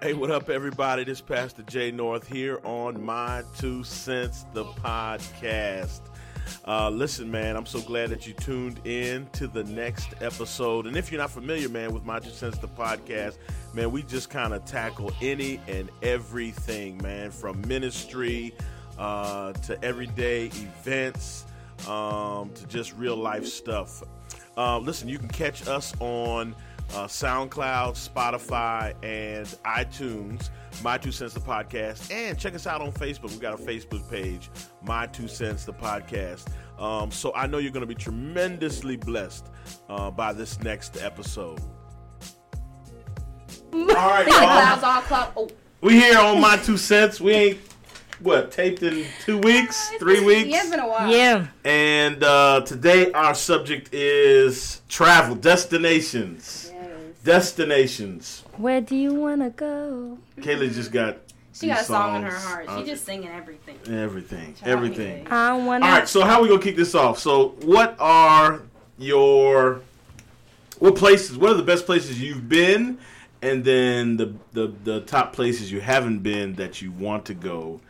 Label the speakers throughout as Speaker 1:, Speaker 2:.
Speaker 1: Hey, what up, everybody? This is Pastor Jay North here on My Two Cents, the podcast. Uh, listen, man, I'm so glad that you tuned in to the next episode. And if you're not familiar, man, with My Two Cents, the podcast, man, we just kind of tackle any and everything, man, from ministry uh, to everyday events um, to just real life stuff. Uh, listen, you can catch us on uh, SoundCloud, Spotify, and iTunes. My Two Cents the Podcast, and check us out on Facebook. We got a Facebook page, My Two Cents the Podcast. Um, so I know you're going to be tremendously blessed uh, by this next episode. All right,
Speaker 2: Think the
Speaker 1: y'all.
Speaker 2: clouds all cloud. Oh,
Speaker 1: we here on My Two Cents. We ain't what taped in two weeks, three weeks.
Speaker 2: yeah, it's been a while.
Speaker 3: Yeah.
Speaker 1: And uh, today our subject is travel destinations. Destinations.
Speaker 3: Where do you wanna go?
Speaker 1: Kayla just got
Speaker 2: She got a
Speaker 1: these
Speaker 2: song in her
Speaker 1: songs
Speaker 2: heart.
Speaker 1: out
Speaker 2: She just singing everything.
Speaker 1: everything,
Speaker 2: Child,
Speaker 1: everything.
Speaker 2: me. Um,
Speaker 3: I wanna.
Speaker 1: All right, so how we gonna kick this off? So, what are your what places? What are the best places you've been, and then the the, the top places you haven't been that you want to go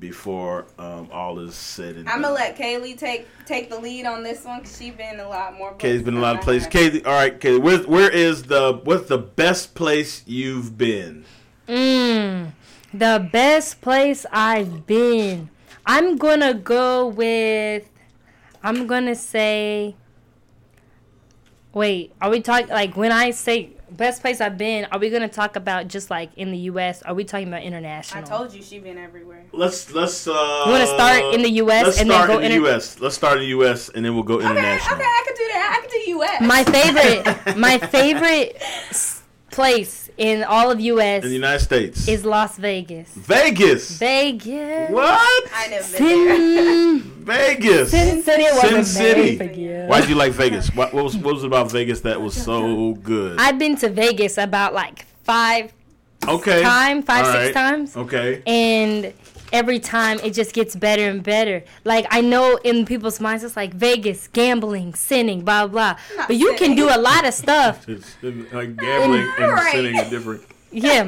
Speaker 1: before um, all is said and
Speaker 2: I'm
Speaker 1: done?
Speaker 2: gonna let Kaylee take take the lead on this one because she's been a lot more.
Speaker 1: Kay's
Speaker 2: places
Speaker 1: been a
Speaker 2: than
Speaker 1: lot of
Speaker 2: I
Speaker 1: places.
Speaker 2: have.
Speaker 1: Kay, all right, Kay, where where is the what's the best place you've been?
Speaker 3: Mm, the best place I've been. I'm gonna go with. I'm gonna say. Wait, are we talking like when I say best place I've been? Are we gonna talk about just like in the U.S.? Are we talking about
Speaker 2: I
Speaker 3: international?
Speaker 2: told you she been everywhere.
Speaker 1: Let's let's. Uh,
Speaker 3: wanna start in the US
Speaker 1: Let's
Speaker 3: and then
Speaker 1: start
Speaker 3: go
Speaker 1: in the
Speaker 3: inter-
Speaker 1: U.S. Let's start in the U.S. and then we'll go
Speaker 2: Okay, okay,
Speaker 1: international.
Speaker 2: I could do that. I could do U.S.
Speaker 3: my favorite, my favorite s- place in all of U.S.
Speaker 1: In the United States,
Speaker 3: is Las Vegas.
Speaker 1: Vegas.
Speaker 3: Vegas.
Speaker 1: What?
Speaker 2: I never been there.
Speaker 3: Sin,
Speaker 1: Vegas.
Speaker 3: Sin City was
Speaker 1: Sin
Speaker 3: amazing.
Speaker 1: City.
Speaker 3: Yeah.
Speaker 1: Why did you like Vegas? What, what was what was it about Vegas that was so good?
Speaker 3: I've been to Vegas about like five
Speaker 1: okay.
Speaker 3: times, five,
Speaker 1: All
Speaker 3: six
Speaker 1: right.
Speaker 3: times.
Speaker 1: Okay.
Speaker 3: And every time it just gets better and better. Like I know in people's minds it's like Vegas, gambling, sinning, blah blah.
Speaker 2: Not
Speaker 3: But you can
Speaker 2: sinning.
Speaker 3: do a lot of stuff.
Speaker 1: It's, uh, like gambling and
Speaker 2: All right.
Speaker 1: sinning are different.
Speaker 3: Yeah.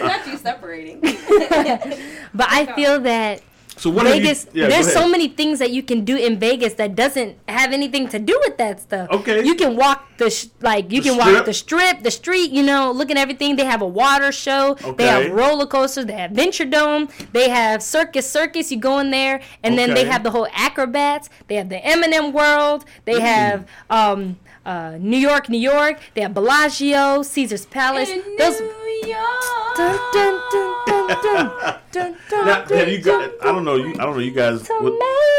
Speaker 2: Not you separating.
Speaker 3: But I feel that
Speaker 1: So what have you-
Speaker 3: Vegas
Speaker 1: yeah, go
Speaker 3: there's so
Speaker 1: ahead.
Speaker 3: many things that you can do in Vegas that doesn't have anything to do with that stuff.
Speaker 1: Okay.
Speaker 3: You can walk the sh- like you
Speaker 1: The
Speaker 3: can
Speaker 1: strip?
Speaker 3: walk the strip, the street, you know, look at everything. They have a water show, they
Speaker 1: Okay.
Speaker 3: have roller coasters, they have Venture Dome, they have Circus Circus, you go in there and then they
Speaker 1: Okay.
Speaker 3: have the whole acrobats, they have the Eminem World, they
Speaker 1: Mm-hmm.
Speaker 3: have um uh, New York, New York. They have Bellagio, Caesar's Palace.
Speaker 2: In
Speaker 3: Those.
Speaker 2: New York.
Speaker 3: Dun, dun, dun, dun, dun, dun, dun,
Speaker 1: Now, have you got?
Speaker 3: dun,
Speaker 1: I don't know. You, I don't know. You guys. What,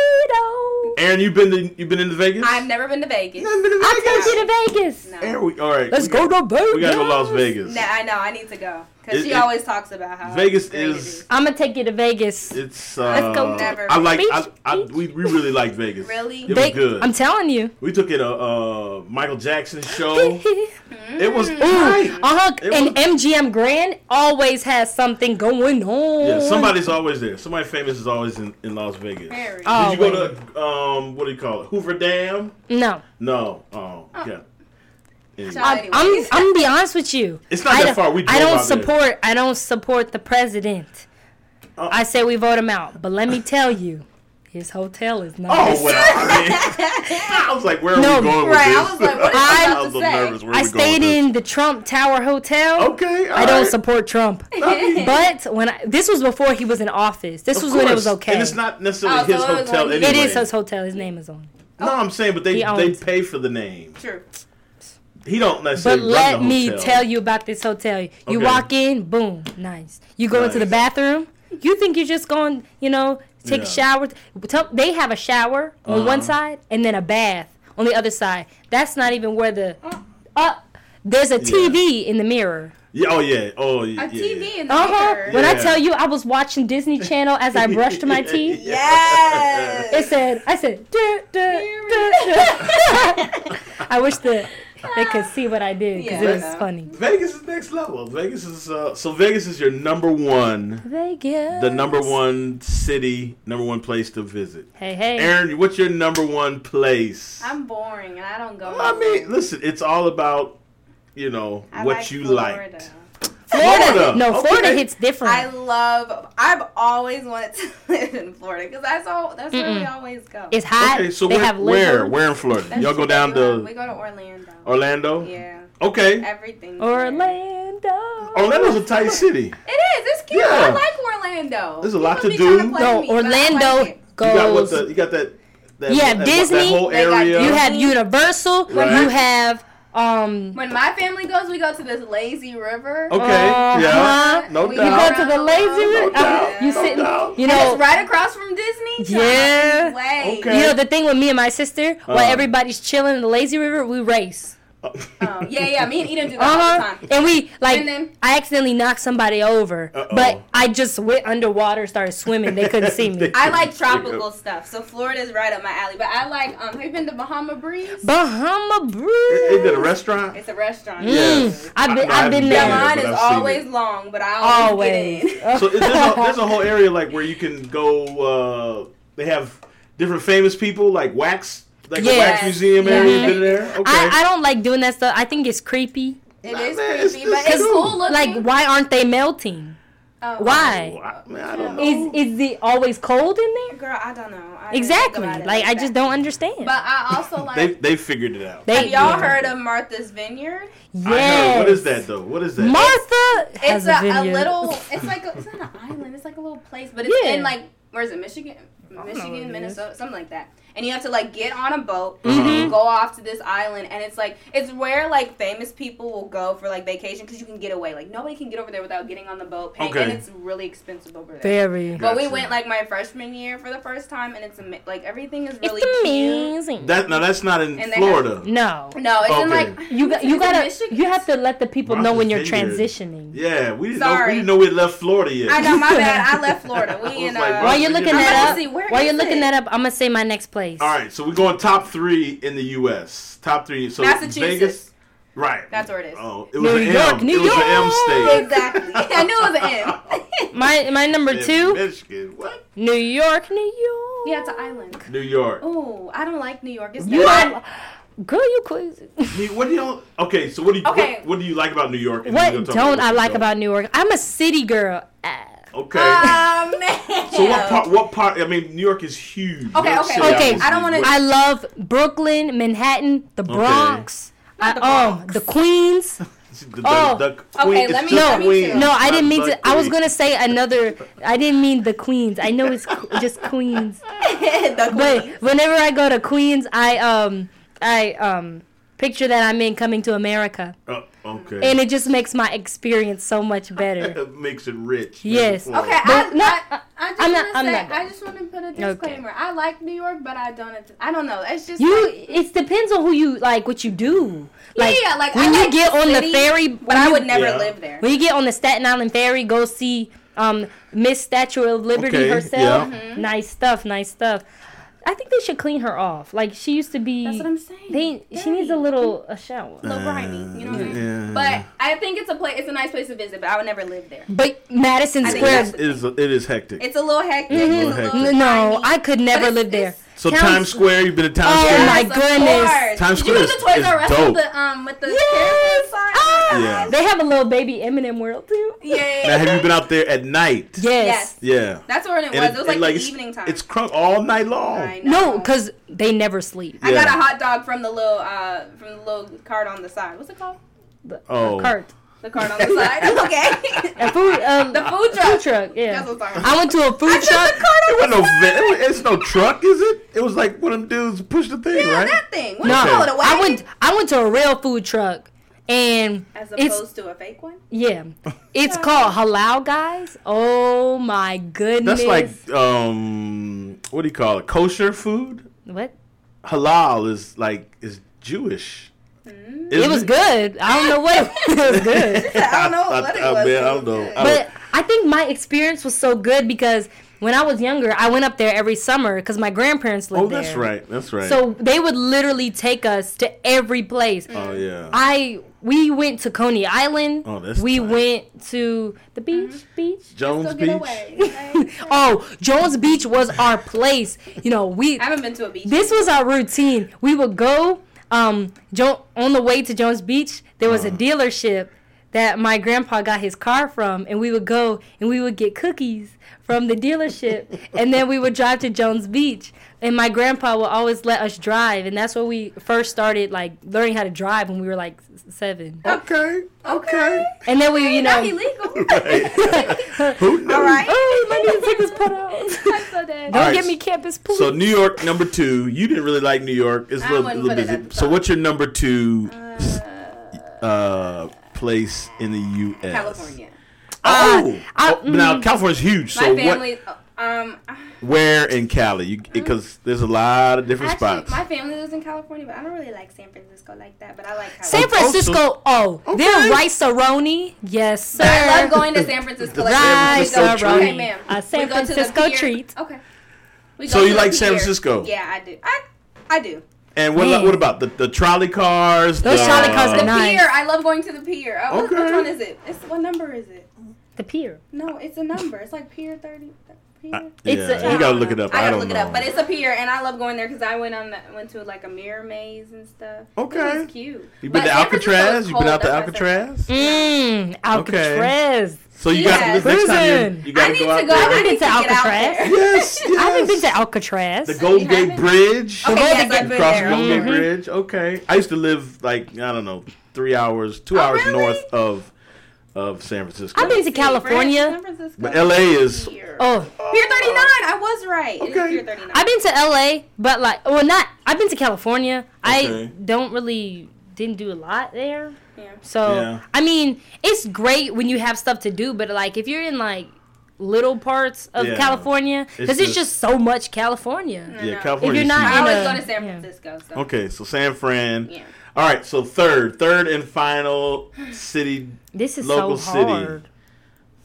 Speaker 3: Tomato.
Speaker 1: Aaron, you been to, you been into Vegas?
Speaker 2: I've never been to Vegas.
Speaker 1: You haven't been to
Speaker 3: I'll
Speaker 1: Vegas.
Speaker 3: take you to Vegas.
Speaker 2: No.
Speaker 1: Aaron, we, all right.
Speaker 3: Let's
Speaker 1: we
Speaker 3: go
Speaker 1: got-
Speaker 3: to Vegas.
Speaker 1: We gotta go to Las Vegas.
Speaker 2: Nah, I know. I need to go because
Speaker 1: It-
Speaker 2: she
Speaker 1: it-
Speaker 2: always talks about how
Speaker 1: Vegas
Speaker 2: great it
Speaker 1: is-
Speaker 3: I'm gonna take you to Vegas.
Speaker 1: It's uh,
Speaker 3: Let's go.
Speaker 2: Never.
Speaker 1: I like. I,
Speaker 3: Beach,
Speaker 1: I,
Speaker 3: beach.
Speaker 1: we, we really liked Vegas.
Speaker 2: Really?
Speaker 1: It was
Speaker 3: Ve-
Speaker 1: good.
Speaker 3: I'm telling you.
Speaker 1: we took it a uh, Michael Jackson show.
Speaker 3: uh-huh.
Speaker 1: it was tight. It
Speaker 3: And
Speaker 1: was-
Speaker 3: MGM Grand always has something going on.
Speaker 1: Yeah, somebody's always there. Somebody famous is always in, in Las Vegas.
Speaker 2: Very.
Speaker 3: Oh.
Speaker 1: Did you go to um what do you call it? Hoover Dam?
Speaker 3: No,
Speaker 1: No. Oh, yeah. Anyway.
Speaker 2: Child.
Speaker 3: I, I'm. I'm gonna be honest with you.
Speaker 1: It's not
Speaker 3: I
Speaker 1: that
Speaker 3: don't-
Speaker 1: far. We drove
Speaker 3: I don't
Speaker 1: out there.
Speaker 3: support. I don't support the president.
Speaker 1: Oh.
Speaker 3: I say we vote him out. But let me tell you, his hotel is not.
Speaker 1: Oh well. I, mean, I was like, where are
Speaker 3: No,
Speaker 1: we going
Speaker 2: right, I
Speaker 1: with
Speaker 2: was
Speaker 1: this?
Speaker 2: like, what is she about to
Speaker 1: a little
Speaker 2: say?
Speaker 1: nervous. Where
Speaker 3: I
Speaker 1: we going with
Speaker 3: stayed
Speaker 1: this?
Speaker 3: in the Trump Tower Hotel.
Speaker 1: Okay.
Speaker 3: I don't
Speaker 1: alright.
Speaker 3: support Trump. but when I, this was before he was in office. This
Speaker 1: Of
Speaker 3: was when it
Speaker 1: course.
Speaker 3: was okay.
Speaker 1: And it's not necessarily
Speaker 2: Oh, so
Speaker 1: his
Speaker 2: it was
Speaker 1: hotel
Speaker 2: like-
Speaker 1: anyway.
Speaker 3: It is his hotel. His name is on. it.
Speaker 1: No, I'm saying, but they
Speaker 3: He
Speaker 1: they
Speaker 3: owns-
Speaker 1: pay for the name.
Speaker 2: True.
Speaker 1: He don't necessarily
Speaker 3: But let
Speaker 1: run the
Speaker 3: me
Speaker 1: hotel.
Speaker 3: tell you about this hotel. You
Speaker 1: Okay.
Speaker 3: walk in, boom, nice. You go into the
Speaker 1: Nice.
Speaker 3: bathroom. You think you're just going, you know, take a
Speaker 1: Yeah.
Speaker 3: shower. Tell- They have a shower on one
Speaker 1: Uh-huh.
Speaker 3: side and then a bath on the other side. That's not even where the uh, there's a TV in the mirror.
Speaker 1: Yeah, oh yeah. Oh
Speaker 2: A
Speaker 1: yeah. yeah, yeah.
Speaker 2: TV in the
Speaker 3: Uh huh.
Speaker 2: mirror.
Speaker 3: When I
Speaker 1: Yeah.
Speaker 3: tell you, I was watching Disney Channel as I brushed my teeth.
Speaker 2: Yes.
Speaker 3: It said, I said, duh, duh, duh, duh. I wish that they could see what I did because
Speaker 2: Yeah, I
Speaker 3: it was
Speaker 2: know.
Speaker 3: funny.
Speaker 1: Vegas is next level. Vegas is uh, so Vegas is your number one,
Speaker 3: Vegas.
Speaker 1: the number one city, number one place to visit.
Speaker 3: Hey, hey.
Speaker 1: Aaron, what's your number one place?
Speaker 2: I'm boring and I don't go.
Speaker 1: I mean, listen, it's all about you know,
Speaker 2: I
Speaker 1: what
Speaker 2: like
Speaker 1: you
Speaker 2: Florida.
Speaker 1: liked.
Speaker 3: Florida,
Speaker 1: Florida,
Speaker 3: no, Florida
Speaker 1: okay.
Speaker 3: hits different.
Speaker 2: I love. I've always wanted to live in Florida because that's all. That's where we always go.
Speaker 3: it's hot.
Speaker 1: Okay, so
Speaker 3: they
Speaker 1: where,
Speaker 3: have
Speaker 1: where,
Speaker 3: lizards.
Speaker 1: where in Florida?
Speaker 2: That's
Speaker 1: Y'all go
Speaker 2: where
Speaker 1: down
Speaker 2: we go. We
Speaker 1: to
Speaker 2: go to Orlando.
Speaker 1: Orlando.
Speaker 2: Yeah,
Speaker 1: Okay,
Speaker 2: everything.
Speaker 3: Orlando.
Speaker 1: Orlando's a tight city.
Speaker 2: It is. It's cute.
Speaker 1: Yeah.
Speaker 2: I like Orlando.
Speaker 1: There's a lot
Speaker 2: People
Speaker 1: to
Speaker 2: be trying
Speaker 1: do.
Speaker 2: play
Speaker 3: No,
Speaker 2: me, but I like
Speaker 3: Orlando
Speaker 2: it.
Speaker 1: You got what
Speaker 3: goes.
Speaker 1: the, you got that. that
Speaker 3: Yeah,
Speaker 1: that,
Speaker 3: Disney.
Speaker 1: That whole
Speaker 2: They got
Speaker 1: area.
Speaker 2: Disney.
Speaker 3: you have Universal.
Speaker 1: Right.
Speaker 3: You have um.
Speaker 2: When my family goes, we go to this lazy river.
Speaker 1: okay.
Speaker 3: Uh-huh.
Speaker 1: yeah. No
Speaker 2: We
Speaker 3: You
Speaker 1: doubt.
Speaker 3: go to the lazy
Speaker 2: No
Speaker 3: room.
Speaker 2: doubt,
Speaker 3: you
Speaker 2: no
Speaker 3: sitting.
Speaker 1: doubt.
Speaker 3: You
Speaker 2: And
Speaker 3: know.
Speaker 2: it's right across from Disney. so
Speaker 3: Yeah.
Speaker 2: I'm Way.
Speaker 1: Okay.
Speaker 3: You know the thing with me and my sister, while
Speaker 1: Uh-huh.
Speaker 3: everybody's chilling in the lazy river, we race.
Speaker 2: Um, yeah, yeah. Me and Eden do that all
Speaker 3: Uh
Speaker 2: the
Speaker 3: huh.
Speaker 2: time.
Speaker 3: And we like,
Speaker 2: And then-
Speaker 3: I accidentally knocked somebody over,
Speaker 1: Uh-oh.
Speaker 3: but I just went underwater, started swimming. They couldn't see me.
Speaker 2: I like tropical stuff, so Florida's right up my alley. But I like. Um, have you been to Bahama Breeze?
Speaker 3: Bahama
Speaker 1: Is it a
Speaker 3: Brew.
Speaker 1: restaurant?
Speaker 2: It's a restaurant.
Speaker 1: Yes.
Speaker 3: I've been,
Speaker 1: I- I haven't
Speaker 3: I've been
Speaker 2: The
Speaker 1: been
Speaker 3: there.
Speaker 1: there.
Speaker 2: line
Speaker 1: Mm. but
Speaker 2: is
Speaker 1: I've seen
Speaker 2: always long, but I always,
Speaker 3: Always.
Speaker 2: get in.
Speaker 1: So is there's, a, there's a whole area like where you can go. Uh, they have different famous people like wax, like the wax
Speaker 3: Yes.
Speaker 1: museum area.
Speaker 2: Yeah.
Speaker 1: Been there? Okay.
Speaker 3: I, I don't like doing that stuff. I think it's creepy.
Speaker 2: It
Speaker 1: Nah,
Speaker 2: is
Speaker 1: man, it's
Speaker 2: creepy, but
Speaker 1: just
Speaker 2: it's
Speaker 1: cool.
Speaker 2: cool looking.
Speaker 3: Like, why aren't they melting?
Speaker 2: Oh,
Speaker 3: Why?
Speaker 1: Oh, I- man, I don't know.
Speaker 3: Is is it always cold in there?
Speaker 2: Girl, I don't know. I didn't think
Speaker 3: Exactly.
Speaker 2: about it
Speaker 3: Like I
Speaker 2: that.
Speaker 3: just don't understand.
Speaker 2: But I also like.
Speaker 1: they they figured it out.
Speaker 3: They-
Speaker 2: have y'all
Speaker 3: yeah.
Speaker 2: heard of Martha's Vineyard?
Speaker 3: yes.
Speaker 1: I heard. What is that though? What is that?
Speaker 3: Martha
Speaker 2: It's
Speaker 3: has
Speaker 2: a, a,
Speaker 3: vineyard.
Speaker 2: little. It's like a, it's not an island. It's like a little place, but it's
Speaker 3: Yeah.
Speaker 2: in like where is it? Michigan,
Speaker 3: know where it
Speaker 2: Michigan,
Speaker 3: is.
Speaker 2: Minnesota, something like that. And you have to like get on a boat
Speaker 3: Mm-hmm.
Speaker 1: Mhm.
Speaker 2: and go off to this island, and it's like it's where like famous people will go for like vacation because you can get away. Like nobody can get over there without getting on the boat, paying,
Speaker 1: Okay.
Speaker 2: and it's really expensive over there.
Speaker 3: Very.
Speaker 2: But we
Speaker 1: Gotcha.
Speaker 2: went like my freshman year for the first time, and it's ama- like everything is really cute.
Speaker 3: It's amazing.
Speaker 1: That no, that's not in
Speaker 2: And they have-
Speaker 1: Florida.
Speaker 3: no.
Speaker 2: No, it's
Speaker 1: Okay.
Speaker 2: in like
Speaker 3: You got
Speaker 2: it's
Speaker 3: you
Speaker 2: in
Speaker 3: gotta
Speaker 2: Michigan.
Speaker 3: you have to let the people know when you're
Speaker 1: Martha's Vineyard.
Speaker 3: transitioning.
Speaker 1: Yeah, we didn't know we
Speaker 2: Sorry.
Speaker 1: didn't know we had left Florida yet.
Speaker 2: I know my bad. I left Florida.
Speaker 1: I was
Speaker 2: We in uh,
Speaker 1: like,
Speaker 3: While
Speaker 1: Martha's
Speaker 3: you're looking
Speaker 1: Vineyard.
Speaker 3: that
Speaker 2: Let's
Speaker 3: up,
Speaker 2: see, where
Speaker 3: while you're
Speaker 2: is
Speaker 3: looking
Speaker 2: it?
Speaker 3: that up, I'm gonna say my next place.
Speaker 1: All right, so we're going top three in the U.S. Top three. So
Speaker 2: Massachusetts.
Speaker 1: Vegas, right?
Speaker 2: That's where it is.
Speaker 1: Oh, it was
Speaker 3: New
Speaker 1: an
Speaker 3: York,
Speaker 1: M.
Speaker 3: New
Speaker 1: it was an M
Speaker 3: York.
Speaker 1: state.
Speaker 2: Exactly. I knew it was an M.
Speaker 3: My my number
Speaker 1: In
Speaker 3: two,
Speaker 1: Michigan. What?
Speaker 3: New York, New York.
Speaker 2: yeah, it's an island.
Speaker 1: New York.
Speaker 2: Oh, I don't like New York. It's
Speaker 3: You
Speaker 2: not-
Speaker 3: don't, girl, you crazy.
Speaker 1: Me- What do you? Okay, so what do you?
Speaker 2: Okay.
Speaker 1: What, what do you like about New York? and then
Speaker 3: What
Speaker 1: we're gonna talk
Speaker 3: don't
Speaker 1: about
Speaker 3: I
Speaker 1: you
Speaker 3: like
Speaker 1: don't.
Speaker 3: about New York? I'm a city girl. Ah.
Speaker 1: Okay.
Speaker 2: Ah, man.
Speaker 1: so what part? What part? I mean, New York is huge. New
Speaker 2: Okay,
Speaker 1: York
Speaker 2: okay.
Speaker 1: City,
Speaker 3: Okay,
Speaker 1: obviously,
Speaker 2: I don't wanna-
Speaker 1: is-
Speaker 3: I love Brooklyn, Manhattan, the Bronx. I,
Speaker 2: Not the
Speaker 3: Oh, the Queens.
Speaker 1: the, the,
Speaker 3: Oh.
Speaker 1: the Queen-
Speaker 2: Okay,
Speaker 1: it's
Speaker 2: let me-
Speaker 1: just
Speaker 2: let me
Speaker 1: Queens,
Speaker 2: too.
Speaker 3: No, I
Speaker 1: not
Speaker 3: didn't mean
Speaker 1: the
Speaker 3: to. I was
Speaker 1: Queen.
Speaker 3: gonna say another. I didn't mean the Queens. I know it's qu- just Queens.
Speaker 2: the
Speaker 3: But
Speaker 2: Queens.
Speaker 3: whenever I go to Queens, I um I um picture that I'm in coming to America,
Speaker 1: Oh, okay.
Speaker 3: and it just makes my experience so much better.
Speaker 1: it makes it rich.
Speaker 3: Yes.
Speaker 2: Okay, I,
Speaker 3: But no,
Speaker 2: I, I just
Speaker 3: I'm not-
Speaker 2: want
Speaker 3: I'm
Speaker 2: to say,
Speaker 3: not
Speaker 2: I just want to put a disclaimer. I like New York, but I don't. I don't know. It's just
Speaker 3: You.
Speaker 2: like-
Speaker 3: It depends on who you like, what you do. Like,
Speaker 2: yeah, like
Speaker 3: when
Speaker 2: I
Speaker 3: you
Speaker 2: like
Speaker 3: get on
Speaker 2: city,
Speaker 3: the ferry,
Speaker 2: but I would never
Speaker 1: Yeah.
Speaker 2: live there.
Speaker 3: When you get on the Staten Island ferry, go see um Miss Statue of Liberty
Speaker 1: Okay,
Speaker 3: herself.
Speaker 1: yeah.
Speaker 2: Mm-hmm.
Speaker 3: Nice stuff. Nice stuff. I think they should clean her off. Like she used to be.
Speaker 2: That's what I'm saying.
Speaker 3: They she needs a
Speaker 2: Dirty.
Speaker 3: little a shower.
Speaker 2: little grimy, you know what I mean?
Speaker 1: Yeah.
Speaker 2: But I think it's a place. It's a nice place to visit, but I would never live there.
Speaker 3: But Madison
Speaker 2: I think
Speaker 3: Square.
Speaker 2: that's-
Speaker 1: It is, it is hectic.
Speaker 2: It's a little hectic.
Speaker 1: Mhm.
Speaker 2: It's a little
Speaker 1: Hectic.
Speaker 2: grimy.
Speaker 3: Mm-hmm. No, I could never
Speaker 2: it's-
Speaker 3: live there.
Speaker 2: it's-
Speaker 1: so
Speaker 3: Times-
Speaker 1: Times Square, you've been to Times
Speaker 3: Oh
Speaker 1: Square.
Speaker 3: my
Speaker 2: of
Speaker 3: goodness.
Speaker 2: course.
Speaker 1: Times
Speaker 2: Did you go
Speaker 1: Square
Speaker 2: to Toys
Speaker 1: is-
Speaker 2: R Us
Speaker 1: is
Speaker 2: with the um with the
Speaker 3: Yes!
Speaker 2: carousel sign?
Speaker 3: Ah!
Speaker 1: Yeah.
Speaker 3: They have a little baby Eminem world too.
Speaker 2: Yeah, yeah,
Speaker 1: Now,
Speaker 2: yeah.
Speaker 1: have you been out there at night?
Speaker 3: Yes.
Speaker 2: Yes.
Speaker 1: Yeah.
Speaker 2: That's where it was.
Speaker 1: And
Speaker 2: It, was like,
Speaker 1: and,
Speaker 2: the
Speaker 1: it's-
Speaker 2: evening time.
Speaker 1: It's crunk all night long.
Speaker 2: I know.
Speaker 3: No, because they never sleep.
Speaker 2: I got
Speaker 1: Yeah.
Speaker 2: a hot dog from the little uh from the little card on the side. What's it called?
Speaker 3: The-
Speaker 1: Oh.
Speaker 3: the cart.
Speaker 2: The card on the side. Okay.
Speaker 3: A food, um,
Speaker 2: The food
Speaker 3: a
Speaker 2: truck.
Speaker 3: yeah.
Speaker 2: That's what I'm talking about.
Speaker 3: I went to a food
Speaker 2: I took
Speaker 3: truck.
Speaker 2: the card
Speaker 1: It
Speaker 2: on
Speaker 1: wasn't no van. It was, it's no truck, is it? It was like one of them dudes push the thing,
Speaker 2: the
Speaker 1: right?
Speaker 2: that thing. What do
Speaker 3: No,
Speaker 2: you call it? A
Speaker 3: I
Speaker 2: wagon?
Speaker 3: went. I went to a real food truck, and
Speaker 2: As
Speaker 3: it's
Speaker 2: opposed to a fake one.
Speaker 3: yeah, it's called Halal Guys. Oh my goodness!
Speaker 1: That's like um, what do you call it? Kosher food.
Speaker 3: what?
Speaker 1: Halal is like is Jewish.
Speaker 3: It was good. I don't know what it was good,
Speaker 2: I don't know what it
Speaker 1: I,
Speaker 2: was,
Speaker 1: man, I
Speaker 2: it
Speaker 1: don't
Speaker 2: was
Speaker 1: know.
Speaker 2: good.
Speaker 1: I
Speaker 3: but I think my experience was so good because when I was younger, I went up there every summer because my grandparents lived
Speaker 1: oh,
Speaker 3: there.
Speaker 1: that's right. That's right.
Speaker 3: So they would literally take us to every place.
Speaker 1: oh yeah.
Speaker 3: I we went to Coney Island.
Speaker 1: Oh, that's
Speaker 3: we
Speaker 1: tight.
Speaker 3: went to the beach, beach.
Speaker 1: Jones
Speaker 2: Go
Speaker 1: Beach.
Speaker 2: get away. okay?
Speaker 3: Oh, Jones Beach was our place. You know, we
Speaker 2: I haven't been to a beach.
Speaker 3: this was our routine. We would go Um, jo- on the way to Jones Beach, there was a
Speaker 1: Uh-huh.
Speaker 3: dealership that my grandpa got his car from, and we would go and we would get cookies from the dealership, and then we would drive to Jones Beach. And my grandpa would always let us drive, and that's where we first started like learning how to drive when we were like s- seven.
Speaker 1: Okay. Okay.
Speaker 3: And then we, you know,
Speaker 2: Not illegal.
Speaker 1: Who knew?
Speaker 2: All right.
Speaker 3: oh, my need to take this put out.
Speaker 2: I'm so dead.
Speaker 3: Don't
Speaker 1: right,
Speaker 3: get me campus police.
Speaker 1: So New York number two. You didn't really like New York. It's a
Speaker 2: I
Speaker 1: little,
Speaker 2: wouldn't
Speaker 1: little
Speaker 2: put
Speaker 1: busy.
Speaker 2: it at the
Speaker 1: So
Speaker 2: top.
Speaker 1: what's your number two s- uh, place in the U.S.?
Speaker 2: California.
Speaker 1: Oh,
Speaker 3: Uh, I- mm.
Speaker 1: Oh, now California's huge.
Speaker 2: My
Speaker 1: So what?
Speaker 2: family, um,
Speaker 1: Where in Cali? Because there's a lot of different
Speaker 2: actually,
Speaker 1: spots.
Speaker 2: my family lives in California, but I don't really like San Francisco like that. But I like California.
Speaker 3: San Francisco, oh,
Speaker 1: Okay.
Speaker 3: their rice aroni, yes sir.
Speaker 2: I love going to San Francisco. Like,
Speaker 1: San
Speaker 3: rice
Speaker 1: Francisco
Speaker 2: we go-
Speaker 1: treat.
Speaker 2: okay,
Speaker 3: aroni,
Speaker 2: ma'am.
Speaker 3: a
Speaker 2: We
Speaker 3: San
Speaker 2: go to the
Speaker 3: Francisco
Speaker 2: pier.
Speaker 3: treat.
Speaker 2: Okay. We
Speaker 1: So
Speaker 2: go
Speaker 1: you
Speaker 2: to the
Speaker 1: like San
Speaker 2: pier.
Speaker 1: Francisco?
Speaker 2: Yeah, I do. I, I do.
Speaker 1: and what?
Speaker 3: Man.
Speaker 1: What about the, the trolley cars?
Speaker 3: Those
Speaker 1: the-
Speaker 3: trolley cars
Speaker 2: The
Speaker 3: are nice.
Speaker 2: pier. I love going to the pier. Oh, what-
Speaker 1: Okay.
Speaker 2: Which one is it? It's what number is it?
Speaker 3: The pier.
Speaker 2: No, it's a number. It's like pier thirty. Pier.
Speaker 1: I- yeah,
Speaker 3: It's a-
Speaker 1: you gotta look it up. I,
Speaker 2: I gotta
Speaker 1: don't
Speaker 2: look
Speaker 1: know.
Speaker 2: it up, but it's a pier, and I love going there because I went on the, went to like a mirror maze and stuff.
Speaker 1: Okay.
Speaker 2: it was cute.
Speaker 1: you been
Speaker 2: But
Speaker 1: to
Speaker 2: San Francisco
Speaker 1: Alcatraz?
Speaker 2: is
Speaker 1: You been out to
Speaker 2: cold, that's why I said-
Speaker 1: Alcatraz?
Speaker 3: Mmm, Alcatraz.
Speaker 1: So you
Speaker 2: Yes.
Speaker 1: got next time you,
Speaker 3: Prison.
Speaker 1: you
Speaker 2: I
Speaker 1: gotta
Speaker 2: need
Speaker 1: go out
Speaker 2: to go.
Speaker 1: there.
Speaker 2: I need
Speaker 3: I've been
Speaker 2: to
Speaker 3: to
Speaker 2: get out
Speaker 3: Alcatraz.
Speaker 2: there.
Speaker 1: Yes, yes.
Speaker 3: I haven't been to Alcatraz.
Speaker 1: the Golden
Speaker 2: You
Speaker 1: Gate
Speaker 2: haven't?
Speaker 1: Bridge.
Speaker 2: Okay,
Speaker 3: Golden
Speaker 2: yes,
Speaker 3: Gate Mm-hmm.
Speaker 2: I've been
Speaker 1: Across
Speaker 2: there.
Speaker 1: the Golden Gate Bridge. Okay. I used to live like I don't know, three hours, two
Speaker 2: Oh,
Speaker 1: hours
Speaker 2: really?
Speaker 1: north of of San Francisco.
Speaker 3: I've been to
Speaker 2: San Fran-
Speaker 3: California.
Speaker 2: San Francisco.
Speaker 1: But LA is-
Speaker 2: Pier.
Speaker 3: Oh,
Speaker 2: Pier 39. I was right. It is
Speaker 1: Okay.
Speaker 2: Pier 39.
Speaker 3: I've been to LA, but like, well, not. I've been to California.
Speaker 1: Okay.
Speaker 3: I don't really didn't do a lot there.
Speaker 2: Yeah.
Speaker 3: So
Speaker 1: Yeah.
Speaker 3: I mean, it's great when you have stuff to do, but like if you're in like little parts of
Speaker 1: Yeah.
Speaker 3: California,
Speaker 1: It's
Speaker 3: because it's,
Speaker 1: just-
Speaker 3: just so much California.
Speaker 1: yeah,
Speaker 2: No.
Speaker 1: California.
Speaker 3: If you're not
Speaker 2: I
Speaker 3: in
Speaker 2: always
Speaker 3: a-
Speaker 2: go to San
Speaker 3: yeah.
Speaker 2: Francisco. So.
Speaker 1: Okay, so San Fran.
Speaker 2: Yeah.
Speaker 1: All right, so third, third and final city,
Speaker 3: This is
Speaker 1: Local
Speaker 3: so
Speaker 1: city.
Speaker 3: hard.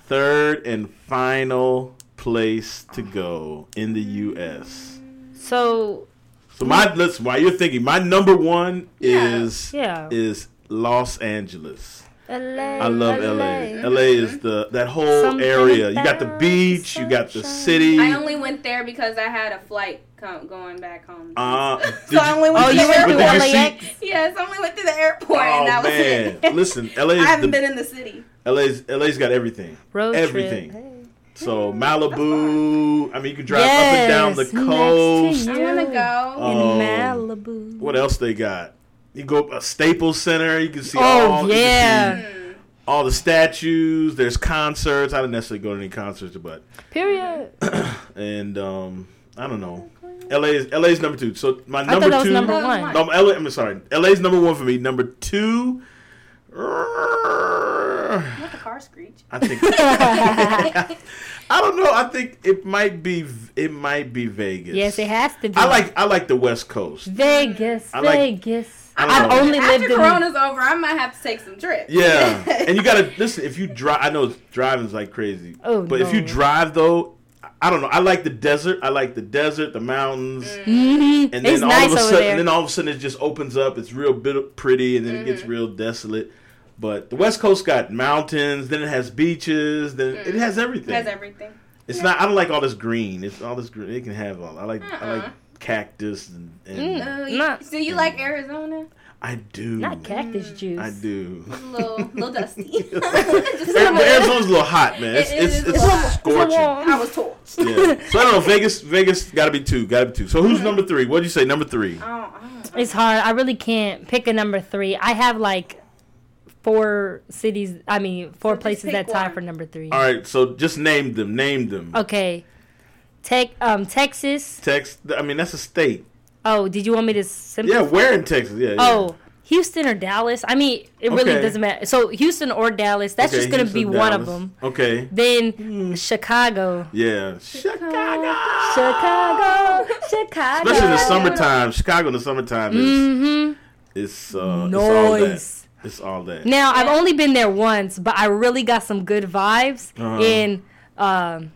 Speaker 1: third and final place to go in the U.S.
Speaker 3: So
Speaker 1: So my listen, while you're thinking, my number one
Speaker 2: Yeah.
Speaker 1: is
Speaker 3: Yeah.
Speaker 1: is Los Angeles.
Speaker 3: LA,
Speaker 1: I love LA. LA is the that whole
Speaker 3: Something
Speaker 1: area. You got the
Speaker 3: about
Speaker 1: beach,
Speaker 3: the
Speaker 1: you got the
Speaker 3: sunshine.
Speaker 1: city.
Speaker 2: I only went there because I had a flight co- going back home.
Speaker 1: Uh,
Speaker 2: so I only went
Speaker 3: Oh,
Speaker 2: to
Speaker 3: you
Speaker 2: the
Speaker 3: went
Speaker 1: but
Speaker 3: through
Speaker 2: airport.
Speaker 1: did you
Speaker 3: LAX?
Speaker 1: see-
Speaker 2: Yes, I only went to the airport,
Speaker 1: Oh
Speaker 2: and that was
Speaker 1: man,
Speaker 2: it.
Speaker 1: listen, LA
Speaker 2: I
Speaker 1: is
Speaker 2: haven't
Speaker 1: the,
Speaker 2: been in the city.
Speaker 1: LA's LA's got everything.
Speaker 3: road
Speaker 1: everything.
Speaker 3: trip.
Speaker 1: So Malibu, I mean you can drive up and
Speaker 3: Yes,
Speaker 1: down the
Speaker 3: next to
Speaker 1: coast.
Speaker 3: you.
Speaker 2: I want to
Speaker 3: Yeah.
Speaker 2: go.
Speaker 1: Oh,
Speaker 3: in Malibu.
Speaker 1: What else they got? You go up a Staples Center, you can see all
Speaker 3: Oh
Speaker 1: you can
Speaker 3: yeah.
Speaker 1: see all the statues, there's concerts. I didn't necessarily go to any concerts, but
Speaker 3: Period.
Speaker 1: and um I don't know. LA is LA's number 2. So my
Speaker 3: I
Speaker 1: number Oh
Speaker 3: thought that was
Speaker 1: 2
Speaker 3: number
Speaker 2: That was
Speaker 3: one.
Speaker 2: one.
Speaker 1: No, LA, I'm sorry. LA's number one for me. Number two, I
Speaker 2: Let the car screech.
Speaker 1: think. I don't know. I think it might be. It might be Vegas.
Speaker 3: Yes, it has to be.
Speaker 1: I like. I like the West Coast.
Speaker 3: Vegas.
Speaker 1: I like-
Speaker 3: Vegas.
Speaker 1: I don't
Speaker 3: I've
Speaker 1: know.
Speaker 3: only
Speaker 2: After
Speaker 3: lived in.
Speaker 2: Corona's over, I might have to take some trips.
Speaker 1: Yeah, and you gotta listen. If you drive, I know driving's like crazy.
Speaker 3: Oh,
Speaker 1: but if you
Speaker 3: no.
Speaker 1: drive though, I don't know. I like the desert. I like the desert, the mountains. and
Speaker 3: Mhm.
Speaker 1: then
Speaker 3: It's
Speaker 1: all
Speaker 3: nice
Speaker 1: of a
Speaker 3: over
Speaker 1: sudden,
Speaker 3: there.
Speaker 1: and then all of a sudden, it just opens up. It's real bit pretty, and then it
Speaker 3: Mm-hmm.
Speaker 1: gets real desolate. But the West Coast got mountains, then it has beaches, then
Speaker 3: Mm.
Speaker 1: it has
Speaker 2: It
Speaker 1: everything.
Speaker 2: has everything.
Speaker 1: It's not. I don't like all this green. It's all this green. It can have all. I like. I
Speaker 3: Uh-uh.
Speaker 1: like cactus, and, and
Speaker 2: Uh,
Speaker 3: Nah.
Speaker 2: you, so you like Arizona?
Speaker 1: I do.
Speaker 3: Mm. Not cactus juice.
Speaker 1: I do.
Speaker 2: It's a little, little dusty.
Speaker 1: But Arizona's a little hot, man. It's
Speaker 2: It
Speaker 1: it's,
Speaker 2: is
Speaker 1: it's,
Speaker 2: a lot.
Speaker 1: scorching.
Speaker 3: Come
Speaker 2: I
Speaker 3: on.
Speaker 2: was told.
Speaker 1: Yeah. So I don't know. Vegas, Vegas, got to be two. Got to be two. So who's number three? What did you say? Number three.
Speaker 2: Oh, oh.
Speaker 3: It's hard. I really can't pick a number three. I have like four cities. I mean, four
Speaker 2: just
Speaker 3: places
Speaker 2: pick
Speaker 3: that tie
Speaker 2: one.
Speaker 3: for number three.
Speaker 1: All right. So just name them. Name them.
Speaker 3: Okay. Tech, um, Texas.
Speaker 1: Text. I mean, that's a state.
Speaker 3: Oh, did you want me to simplify?
Speaker 1: Yeah, where in Texas? Yeah. yeah.
Speaker 3: Oh, Houston or Dallas. I mean, it really
Speaker 1: Okay.
Speaker 3: doesn't matter. So Houston or Dallas. That's
Speaker 1: Okay,
Speaker 3: just gonna be
Speaker 1: Houston,
Speaker 3: one of
Speaker 1: Dallas.
Speaker 3: them.
Speaker 1: Okay.
Speaker 3: Then Chicago.
Speaker 1: Yeah. Chicago.
Speaker 3: Chicago, Chicago.
Speaker 1: Especially in the summertime. Chicago in the summertime is
Speaker 3: Mm-hmm.
Speaker 1: it's uh it's all that.
Speaker 3: Noise.
Speaker 1: It's all that.
Speaker 3: Now I've
Speaker 2: Yeah.
Speaker 3: only been there once, but I really got some good vibes
Speaker 1: Uh-huh.
Speaker 3: in um,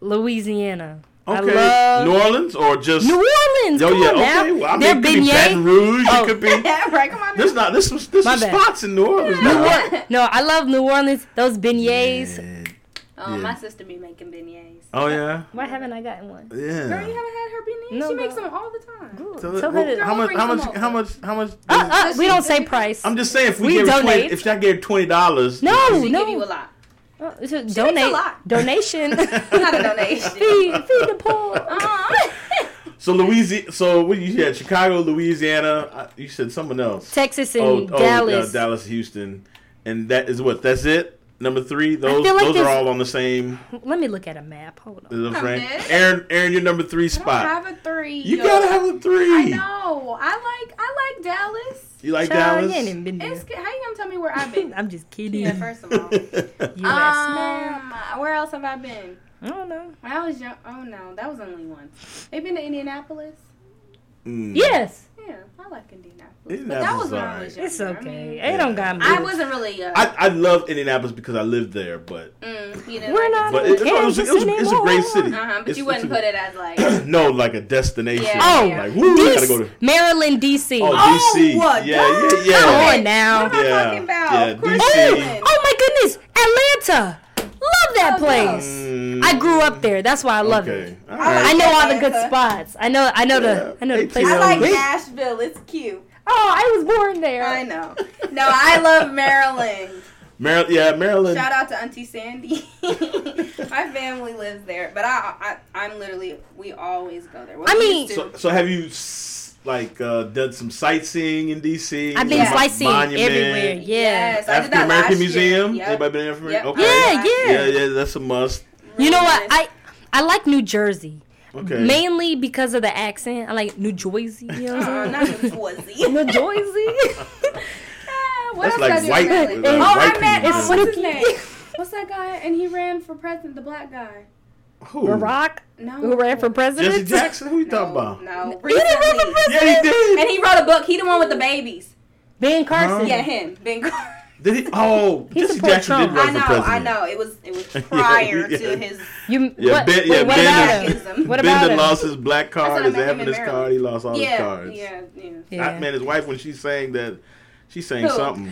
Speaker 3: Louisiana. I
Speaker 1: okay.
Speaker 3: love
Speaker 1: New Orleans or just
Speaker 3: New Orleans.
Speaker 1: Oh
Speaker 3: come
Speaker 1: yeah,
Speaker 3: on now.
Speaker 1: okay. Well, I mean,
Speaker 3: Their
Speaker 1: it could be Baton
Speaker 3: beignet.
Speaker 1: Rouge.
Speaker 3: Oh.
Speaker 1: It could be.
Speaker 2: Yeah, right. Come on.
Speaker 1: There's not. This was. This
Speaker 3: My
Speaker 1: was
Speaker 3: bad.
Speaker 1: spots in New Orleans.
Speaker 3: New
Speaker 1: now.
Speaker 3: Orleans. No, I love New Orleans. Those beignets.
Speaker 1: And
Speaker 2: Um,
Speaker 1: Yeah.
Speaker 2: My sister be making beignets.
Speaker 1: Oh yeah,
Speaker 3: Why haven't I gotten one?
Speaker 2: Girl, you
Speaker 1: yeah.
Speaker 2: haven't had her beignets?
Speaker 3: No,
Speaker 2: she makes
Speaker 3: girl.
Speaker 2: them all the time.
Speaker 3: Good.
Speaker 1: So,
Speaker 3: Tell
Speaker 1: well,
Speaker 3: her to-
Speaker 1: how much? How
Speaker 2: Bring
Speaker 1: much?
Speaker 2: them
Speaker 1: How
Speaker 2: over.
Speaker 1: much? How much?
Speaker 3: Uh, uh, we don't say price.
Speaker 1: I'm just saying, if we,
Speaker 3: we
Speaker 1: gave her
Speaker 3: donate.
Speaker 1: 20, if I gave twenty dollars,
Speaker 3: no,
Speaker 2: She give you a
Speaker 3: no.
Speaker 2: lot.
Speaker 3: Uh, it's a
Speaker 2: a
Speaker 3: donate.
Speaker 2: lot.
Speaker 3: Donation.
Speaker 2: Not a donation.
Speaker 3: feed, feed the poor.
Speaker 2: Uh-uh.
Speaker 1: So Louisiana. So what you said? Chicago, Louisiana. uh, You said someone else.
Speaker 3: Texas and
Speaker 1: oh,
Speaker 3: Dallas.
Speaker 1: Oh, uh, Dallas, Houston, and that is what. That's it. Number three. Those
Speaker 3: feel like
Speaker 1: those are
Speaker 3: there's-
Speaker 1: all on the same.
Speaker 3: Let me look at a map. Hold
Speaker 1: You
Speaker 3: on.
Speaker 1: know what I'm saying?
Speaker 2: Come on.
Speaker 1: Aaron, Aaron, your number three
Speaker 2: I don't have
Speaker 1: spot.
Speaker 2: a three.
Speaker 1: You
Speaker 2: yo.
Speaker 1: gotta have a
Speaker 2: I
Speaker 1: three.
Speaker 2: know. I like I like Dallas.
Speaker 1: You like
Speaker 3: Child,
Speaker 1: Dallas?
Speaker 3: You ain't even been there.
Speaker 2: It's good. How you gonna tell me where I've been?
Speaker 3: I'm just kidding.
Speaker 2: yeah, first of all.
Speaker 3: US map.
Speaker 2: Um, where else have I been?
Speaker 3: I don't know.
Speaker 2: When I was young. Oh no, that was only one. They've been to Indianapolis.
Speaker 1: Mm.
Speaker 3: Yes,
Speaker 2: Yeah, I like Indianapolis. but that
Speaker 1: Indianapolis
Speaker 2: was
Speaker 1: is
Speaker 2: when I
Speaker 1: alright.
Speaker 2: was younger.
Speaker 3: it's
Speaker 2: I,
Speaker 3: okay.
Speaker 2: mean,
Speaker 3: It don't got me.
Speaker 2: I wasn't really. Uh,
Speaker 1: I, I love Indianapolis because I lived there, but
Speaker 2: mm, you didn't
Speaker 3: We're
Speaker 2: like
Speaker 3: not
Speaker 1: but
Speaker 3: in
Speaker 1: it, no, it was,
Speaker 3: Kansas
Speaker 1: it was- it's a great
Speaker 3: anymore.
Speaker 1: city.
Speaker 2: It. Uh-huh, but
Speaker 1: It's-
Speaker 2: you
Speaker 1: it's
Speaker 2: wouldn't
Speaker 1: a-
Speaker 2: put it as like. oh,
Speaker 1: no, like a destination.
Speaker 2: Yeah.
Speaker 3: Oh,
Speaker 1: like woo, we gotta
Speaker 3: Dis-
Speaker 1: go to
Speaker 3: Maryland, D.C.
Speaker 1: oh, DC.
Speaker 2: what?
Speaker 1: yeah, yeah, yeah.
Speaker 3: Come
Speaker 2: What
Speaker 3: on now.
Speaker 2: am I
Speaker 1: Yeah,
Speaker 2: talking about?
Speaker 1: yeah,
Speaker 2: of course,
Speaker 1: DC.
Speaker 2: you
Speaker 3: Oh,
Speaker 2: wouldn't.
Speaker 3: oh my goodness, Atlanta. Love that
Speaker 2: Love
Speaker 3: place.
Speaker 1: Mm,
Speaker 3: I grew up there. That's why I love
Speaker 1: okay.
Speaker 3: it.
Speaker 1: All
Speaker 3: I
Speaker 1: right.
Speaker 3: know all the good
Speaker 2: Atlanta.
Speaker 3: spots. I know. I know the. I know the
Speaker 1: Yeah.
Speaker 3: places.
Speaker 2: I like
Speaker 1: Wait.
Speaker 2: Nashville. It's cute.
Speaker 3: Oh, I was born there.
Speaker 2: I know. No, I love Maryland.
Speaker 1: Maryland, yeah, Maryland.
Speaker 2: Shout out to Auntie Sandy. My family lives there, but I, I, I'm literally we always go there. Well,
Speaker 3: I
Speaker 2: we
Speaker 3: mean-
Speaker 2: used to.
Speaker 1: So, so have you s- like uh, done some sightseeing in DC?
Speaker 3: I've been
Speaker 1: Like,
Speaker 2: Yeah.
Speaker 3: sightseeing
Speaker 1: monuments,
Speaker 3: everywhere. Yeah.
Speaker 2: Yes, I did that
Speaker 1: African American
Speaker 2: last
Speaker 1: Museum.
Speaker 2: Year. Yep.
Speaker 1: Anybody been to African?
Speaker 2: Yep, I
Speaker 1: Okay.
Speaker 2: did that.
Speaker 3: Yeah,
Speaker 1: yeah,
Speaker 3: yeah.
Speaker 1: yeah, That's a must.
Speaker 3: You know what?
Speaker 2: Really nice.
Speaker 3: I I like New Jersey
Speaker 1: Okay.
Speaker 3: mainly because of the accent. I like New Jersey. You know what
Speaker 2: Uh-uh,
Speaker 3: I'm
Speaker 2: not
Speaker 3: saying?
Speaker 2: New Jersey.
Speaker 3: New Jersey.
Speaker 2: Ah, what
Speaker 1: That's
Speaker 2: else
Speaker 1: like
Speaker 2: did I do
Speaker 1: white-
Speaker 2: in Maryland?
Speaker 1: that's
Speaker 2: Oh,
Speaker 1: like white
Speaker 2: I met
Speaker 1: people
Speaker 2: uh, what's his
Speaker 3: do.
Speaker 2: name? What's that guy? And he ran for president. The black guy.
Speaker 1: Who?
Speaker 3: Barack,
Speaker 2: No.
Speaker 3: who ran for president.
Speaker 1: Jesse Jackson. Who you talking
Speaker 2: No,
Speaker 1: about?
Speaker 2: no.
Speaker 3: He didn't run for
Speaker 2: Recently.
Speaker 3: president.
Speaker 1: Yeah, he did.
Speaker 2: And he wrote a book. He the one with the babies.
Speaker 3: Ben Carson.
Speaker 1: Huh?
Speaker 2: Yeah, him. Ben Carter.
Speaker 1: Did he? Oh,
Speaker 3: He
Speaker 1: Jesse
Speaker 3: supports
Speaker 1: Jackson
Speaker 3: Trump.
Speaker 1: did run
Speaker 2: I
Speaker 1: for
Speaker 2: know,
Speaker 1: president.
Speaker 2: I know. It was it was
Speaker 1: Yeah,
Speaker 2: prior
Speaker 1: yeah.
Speaker 2: to his
Speaker 3: You,
Speaker 1: Yeah,
Speaker 3: what,
Speaker 1: Ben. Yeah,
Speaker 3: wait, what
Speaker 1: Ben.
Speaker 3: about
Speaker 2: is-
Speaker 3: him?
Speaker 2: him?
Speaker 3: What
Speaker 1: ben
Speaker 3: about
Speaker 1: done
Speaker 3: him?
Speaker 1: lost his black card,
Speaker 2: what
Speaker 1: his
Speaker 2: I meant, him in
Speaker 1: happiness
Speaker 2: Maryland.
Speaker 1: card. He lost all his cards.
Speaker 2: Yeah, yeah, yeah.
Speaker 1: I met his wife when she sang that. She sang
Speaker 2: Who?
Speaker 1: something.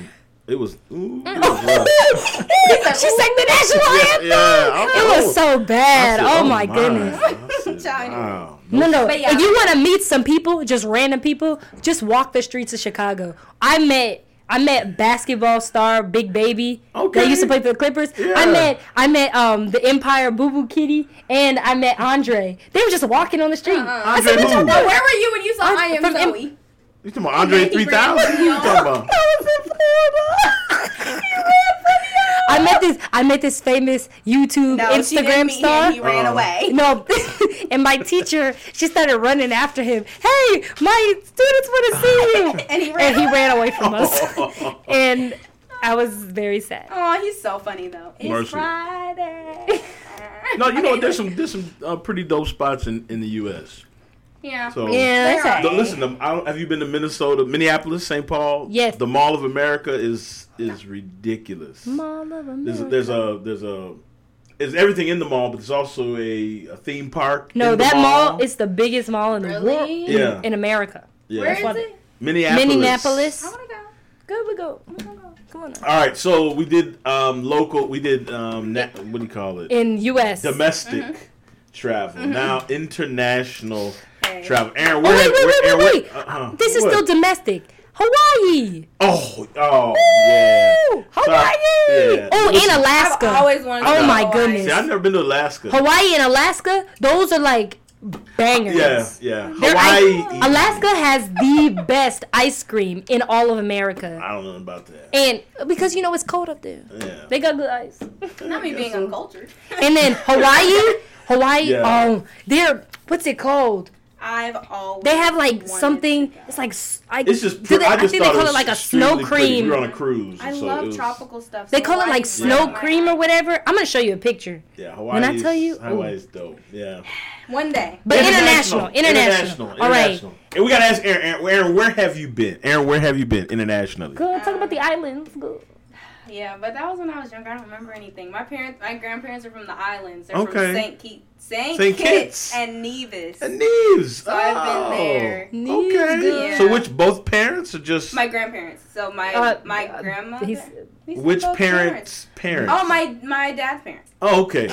Speaker 1: It was. Ooh, it was rough.
Speaker 3: she sang the national anthem.
Speaker 1: yeah, I don't
Speaker 3: it
Speaker 1: know.
Speaker 3: was so bad. oh my, goodness.
Speaker 1: goodness.
Speaker 2: China.
Speaker 1: wow.
Speaker 3: No, no.
Speaker 2: But yeah.
Speaker 3: If you want to meet some people, just random people, just walk the streets of Chicago. I met. I met basketball star Big Baby
Speaker 1: Okay.
Speaker 3: that used to play for the Clippers.
Speaker 1: Yeah.
Speaker 3: I met I met um the Empire Boo Boo Kitty and I met Andre. They were just walking on the street.
Speaker 2: Uh-uh.
Speaker 3: I said,
Speaker 1: Andre
Speaker 3: "Bitch, I
Speaker 1: who?
Speaker 3: know
Speaker 2: Where were you when you saw I,
Speaker 3: I-
Speaker 2: Am
Speaker 3: from M-
Speaker 2: Zoe?
Speaker 1: You talking about Andre
Speaker 2: He ran
Speaker 1: 3000?
Speaker 2: from
Speaker 1: You talking about?
Speaker 3: I was in Florida. I met this. I met this famous YouTube,
Speaker 2: No, she didn't
Speaker 3: Instagram
Speaker 2: meet
Speaker 3: star.
Speaker 2: Him. He ran
Speaker 1: Uh,
Speaker 2: away.
Speaker 3: No, and my teacher, she started running after him. Hey, my students want to see you.
Speaker 2: And he ran
Speaker 3: and he ran away from us.
Speaker 1: Oh.
Speaker 3: and I was very sad.
Speaker 2: Oh, he's so funny though. It's
Speaker 1: Mercy.
Speaker 2: Friday.
Speaker 1: No, you know what? There's some there's some uh, pretty dope spots in, in the U.S.
Speaker 2: Yeah.
Speaker 1: So
Speaker 3: Yeah,
Speaker 1: Th-
Speaker 2: They're
Speaker 3: that's sad.
Speaker 2: all-
Speaker 1: listen, um, I don't, have you been to Minnesota, Minneapolis, St. Paul?
Speaker 3: Yes.
Speaker 1: The Mall of America is is ridiculous.
Speaker 3: Mall of
Speaker 1: There's a,
Speaker 3: America.
Speaker 1: there's a there's a there's everything in the mall, but there's also a, a theme park.
Speaker 3: no,
Speaker 1: in the
Speaker 3: that mall. is the biggest mall in the
Speaker 2: Really?
Speaker 3: world.
Speaker 1: Yeah.
Speaker 3: In America.
Speaker 1: yeah.
Speaker 2: Where is
Speaker 3: Why-
Speaker 2: it?
Speaker 1: Minneapolis.
Speaker 3: Minneapolis.
Speaker 2: I wanna go.
Speaker 3: Good, we go. Come on. now.
Speaker 1: All right, so we did um, local. We did um, na- what do you call it?
Speaker 3: In U.S.
Speaker 1: Domestic
Speaker 3: Mm-hmm.
Speaker 1: travel. Now international
Speaker 2: Hey.
Speaker 1: travel. Aaron,
Speaker 3: Oh,
Speaker 1: where?
Speaker 3: wait, wait,
Speaker 1: where-
Speaker 3: wait,
Speaker 1: Aaron,
Speaker 3: wait,
Speaker 1: where- uh-huh.
Speaker 3: this is
Speaker 1: What?
Speaker 3: still domestic. Hawaii.
Speaker 1: Oh, oh, yeah.
Speaker 3: Woo! Hawaii.
Speaker 1: Yeah.
Speaker 3: Oh,
Speaker 1: Listen,
Speaker 3: and Alaska.
Speaker 2: I've always wanted to
Speaker 3: Oh
Speaker 2: go
Speaker 3: my
Speaker 2: to Hawaii.
Speaker 3: goodness.
Speaker 1: See, I've never been to Alaska.
Speaker 3: Hawaii and Alaska, those are like bangers.
Speaker 1: Yeah, yeah.
Speaker 3: They're
Speaker 1: Hawaii.
Speaker 3: ice- Alaska has the best ice cream in all of America.
Speaker 1: I don't know about that.
Speaker 3: And because you know it's cold up there.
Speaker 1: Yeah.
Speaker 3: They got good ice.
Speaker 2: Not me being uncultured.
Speaker 3: And then Hawaii, Hawaii,
Speaker 1: Yeah.
Speaker 3: um, they're what's it called?
Speaker 2: I've always.
Speaker 3: They have like
Speaker 2: wanted
Speaker 3: something.
Speaker 2: to go.
Speaker 3: It's like s- I,
Speaker 1: It's just.
Speaker 3: do
Speaker 1: Pr-
Speaker 3: they,
Speaker 1: I
Speaker 3: I,
Speaker 1: just
Speaker 3: think they
Speaker 1: thought it
Speaker 3: call
Speaker 1: was
Speaker 3: it like a
Speaker 1: extremely
Speaker 3: snow
Speaker 1: pretty.
Speaker 3: cream.
Speaker 1: We were on a cruise.
Speaker 2: I
Speaker 1: so
Speaker 2: love
Speaker 1: it was,
Speaker 2: tropical stuff.
Speaker 3: They
Speaker 2: so
Speaker 3: call it like
Speaker 2: Hawaii's
Speaker 3: snow
Speaker 2: right up my
Speaker 3: cream or
Speaker 2: alley.
Speaker 3: whatever. I'm gonna show you a picture.
Speaker 1: Yeah, Hawaii.
Speaker 3: I tell you-
Speaker 1: Hawaii's dope. Yeah.
Speaker 2: One day.
Speaker 3: But international, international, All right,
Speaker 1: international. And we gotta ask Aaron, Aaron, Aaron, where have you been? Aaron, where have you been internationally?
Speaker 3: good. Talk about the islands. Good.
Speaker 2: Yeah, but that was when I was younger. I don't remember anything. My parents, my grandparents are from the islands. They're
Speaker 1: Okay.
Speaker 2: from Saint Ke- Saint,
Speaker 1: Saint Kitts.
Speaker 2: Kitts and Nevis.
Speaker 1: And Uh, Neves. Oh.
Speaker 2: So I've been there.
Speaker 3: Neves,
Speaker 1: Okay.
Speaker 2: Yeah.
Speaker 1: So which both parents or just
Speaker 2: My grandparents. So my
Speaker 3: Uh,
Speaker 2: my
Speaker 3: uh,
Speaker 2: grandma.
Speaker 3: he's-
Speaker 1: which parents' parents?
Speaker 2: Oh my my dad's parents.
Speaker 1: Oh, okay.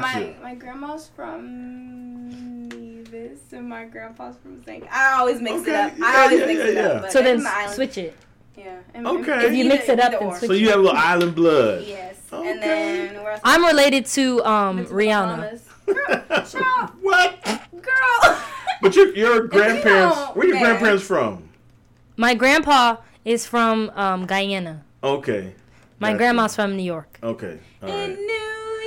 Speaker 1: Gotcha.
Speaker 2: my my grandma's from Nevis and my grandpa's from Saint. I always mix
Speaker 1: Okay.
Speaker 2: it up.
Speaker 1: Yeah,
Speaker 2: I always
Speaker 1: yeah,
Speaker 2: mix
Speaker 1: yeah,
Speaker 2: it
Speaker 1: yeah.
Speaker 2: up. But
Speaker 3: So
Speaker 2: they're
Speaker 3: then
Speaker 2: from the islands.
Speaker 3: switch it.
Speaker 2: Yeah. and-
Speaker 1: Okay.
Speaker 2: and
Speaker 1: If you
Speaker 2: either-
Speaker 3: mix it up,
Speaker 2: either
Speaker 3: then
Speaker 2: or.
Speaker 1: So you have a little island blood.
Speaker 2: Yes.
Speaker 1: Okay.
Speaker 2: And then where else?
Speaker 3: I'm related to um
Speaker 2: Been to the
Speaker 3: Rihanna.
Speaker 2: Bahamas. Girl, child,
Speaker 1: what?
Speaker 2: girl.
Speaker 1: But your your grandparents,
Speaker 2: don't
Speaker 1: where your
Speaker 2: match.
Speaker 1: grandparents from?
Speaker 3: My grandpa is from um Guyana.
Speaker 1: Okay.
Speaker 3: My
Speaker 1: Gotcha.
Speaker 3: grandma's from New York.
Speaker 1: Okay. All
Speaker 2: In
Speaker 1: right.
Speaker 2: New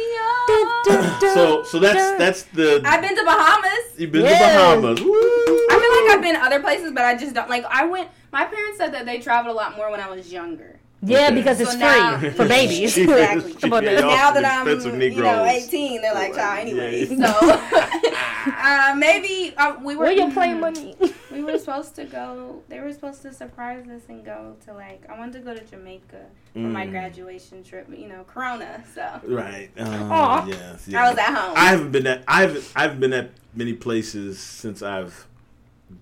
Speaker 2: York.
Speaker 1: So so that's that's the
Speaker 2: I've been to Bahamas.
Speaker 1: you've been
Speaker 3: Yeah.
Speaker 1: to Bahamas. Woo!
Speaker 2: I feel like I've been other places, but I just don't like. I went. My parents said that they traveled a lot more when I was younger.
Speaker 3: yeah,
Speaker 1: Okay.
Speaker 3: because it's
Speaker 2: So now-
Speaker 3: free for babies.
Speaker 1: Jesus,
Speaker 2: Exactly.
Speaker 1: Jesus,
Speaker 3: Come on now.
Speaker 1: y'all
Speaker 2: now
Speaker 1: some
Speaker 2: that I'm,
Speaker 1: expensive
Speaker 2: you know,
Speaker 1: Negroes.
Speaker 2: 18, they're like, child, anyway.
Speaker 1: Yeah.
Speaker 2: So, uh, maybe uh, we were.
Speaker 3: Where your play money?
Speaker 2: We were supposed to go. They were supposed to surprise us and go to like. I wanted to go to Jamaica for my
Speaker 1: Mm.
Speaker 2: graduation trip. but, You know, Corona. So
Speaker 1: Right. Um,
Speaker 3: Aw.
Speaker 1: yes,
Speaker 2: I
Speaker 1: yeah.
Speaker 2: was at home.
Speaker 1: I haven't been at I haven't I haven't been at many places since I've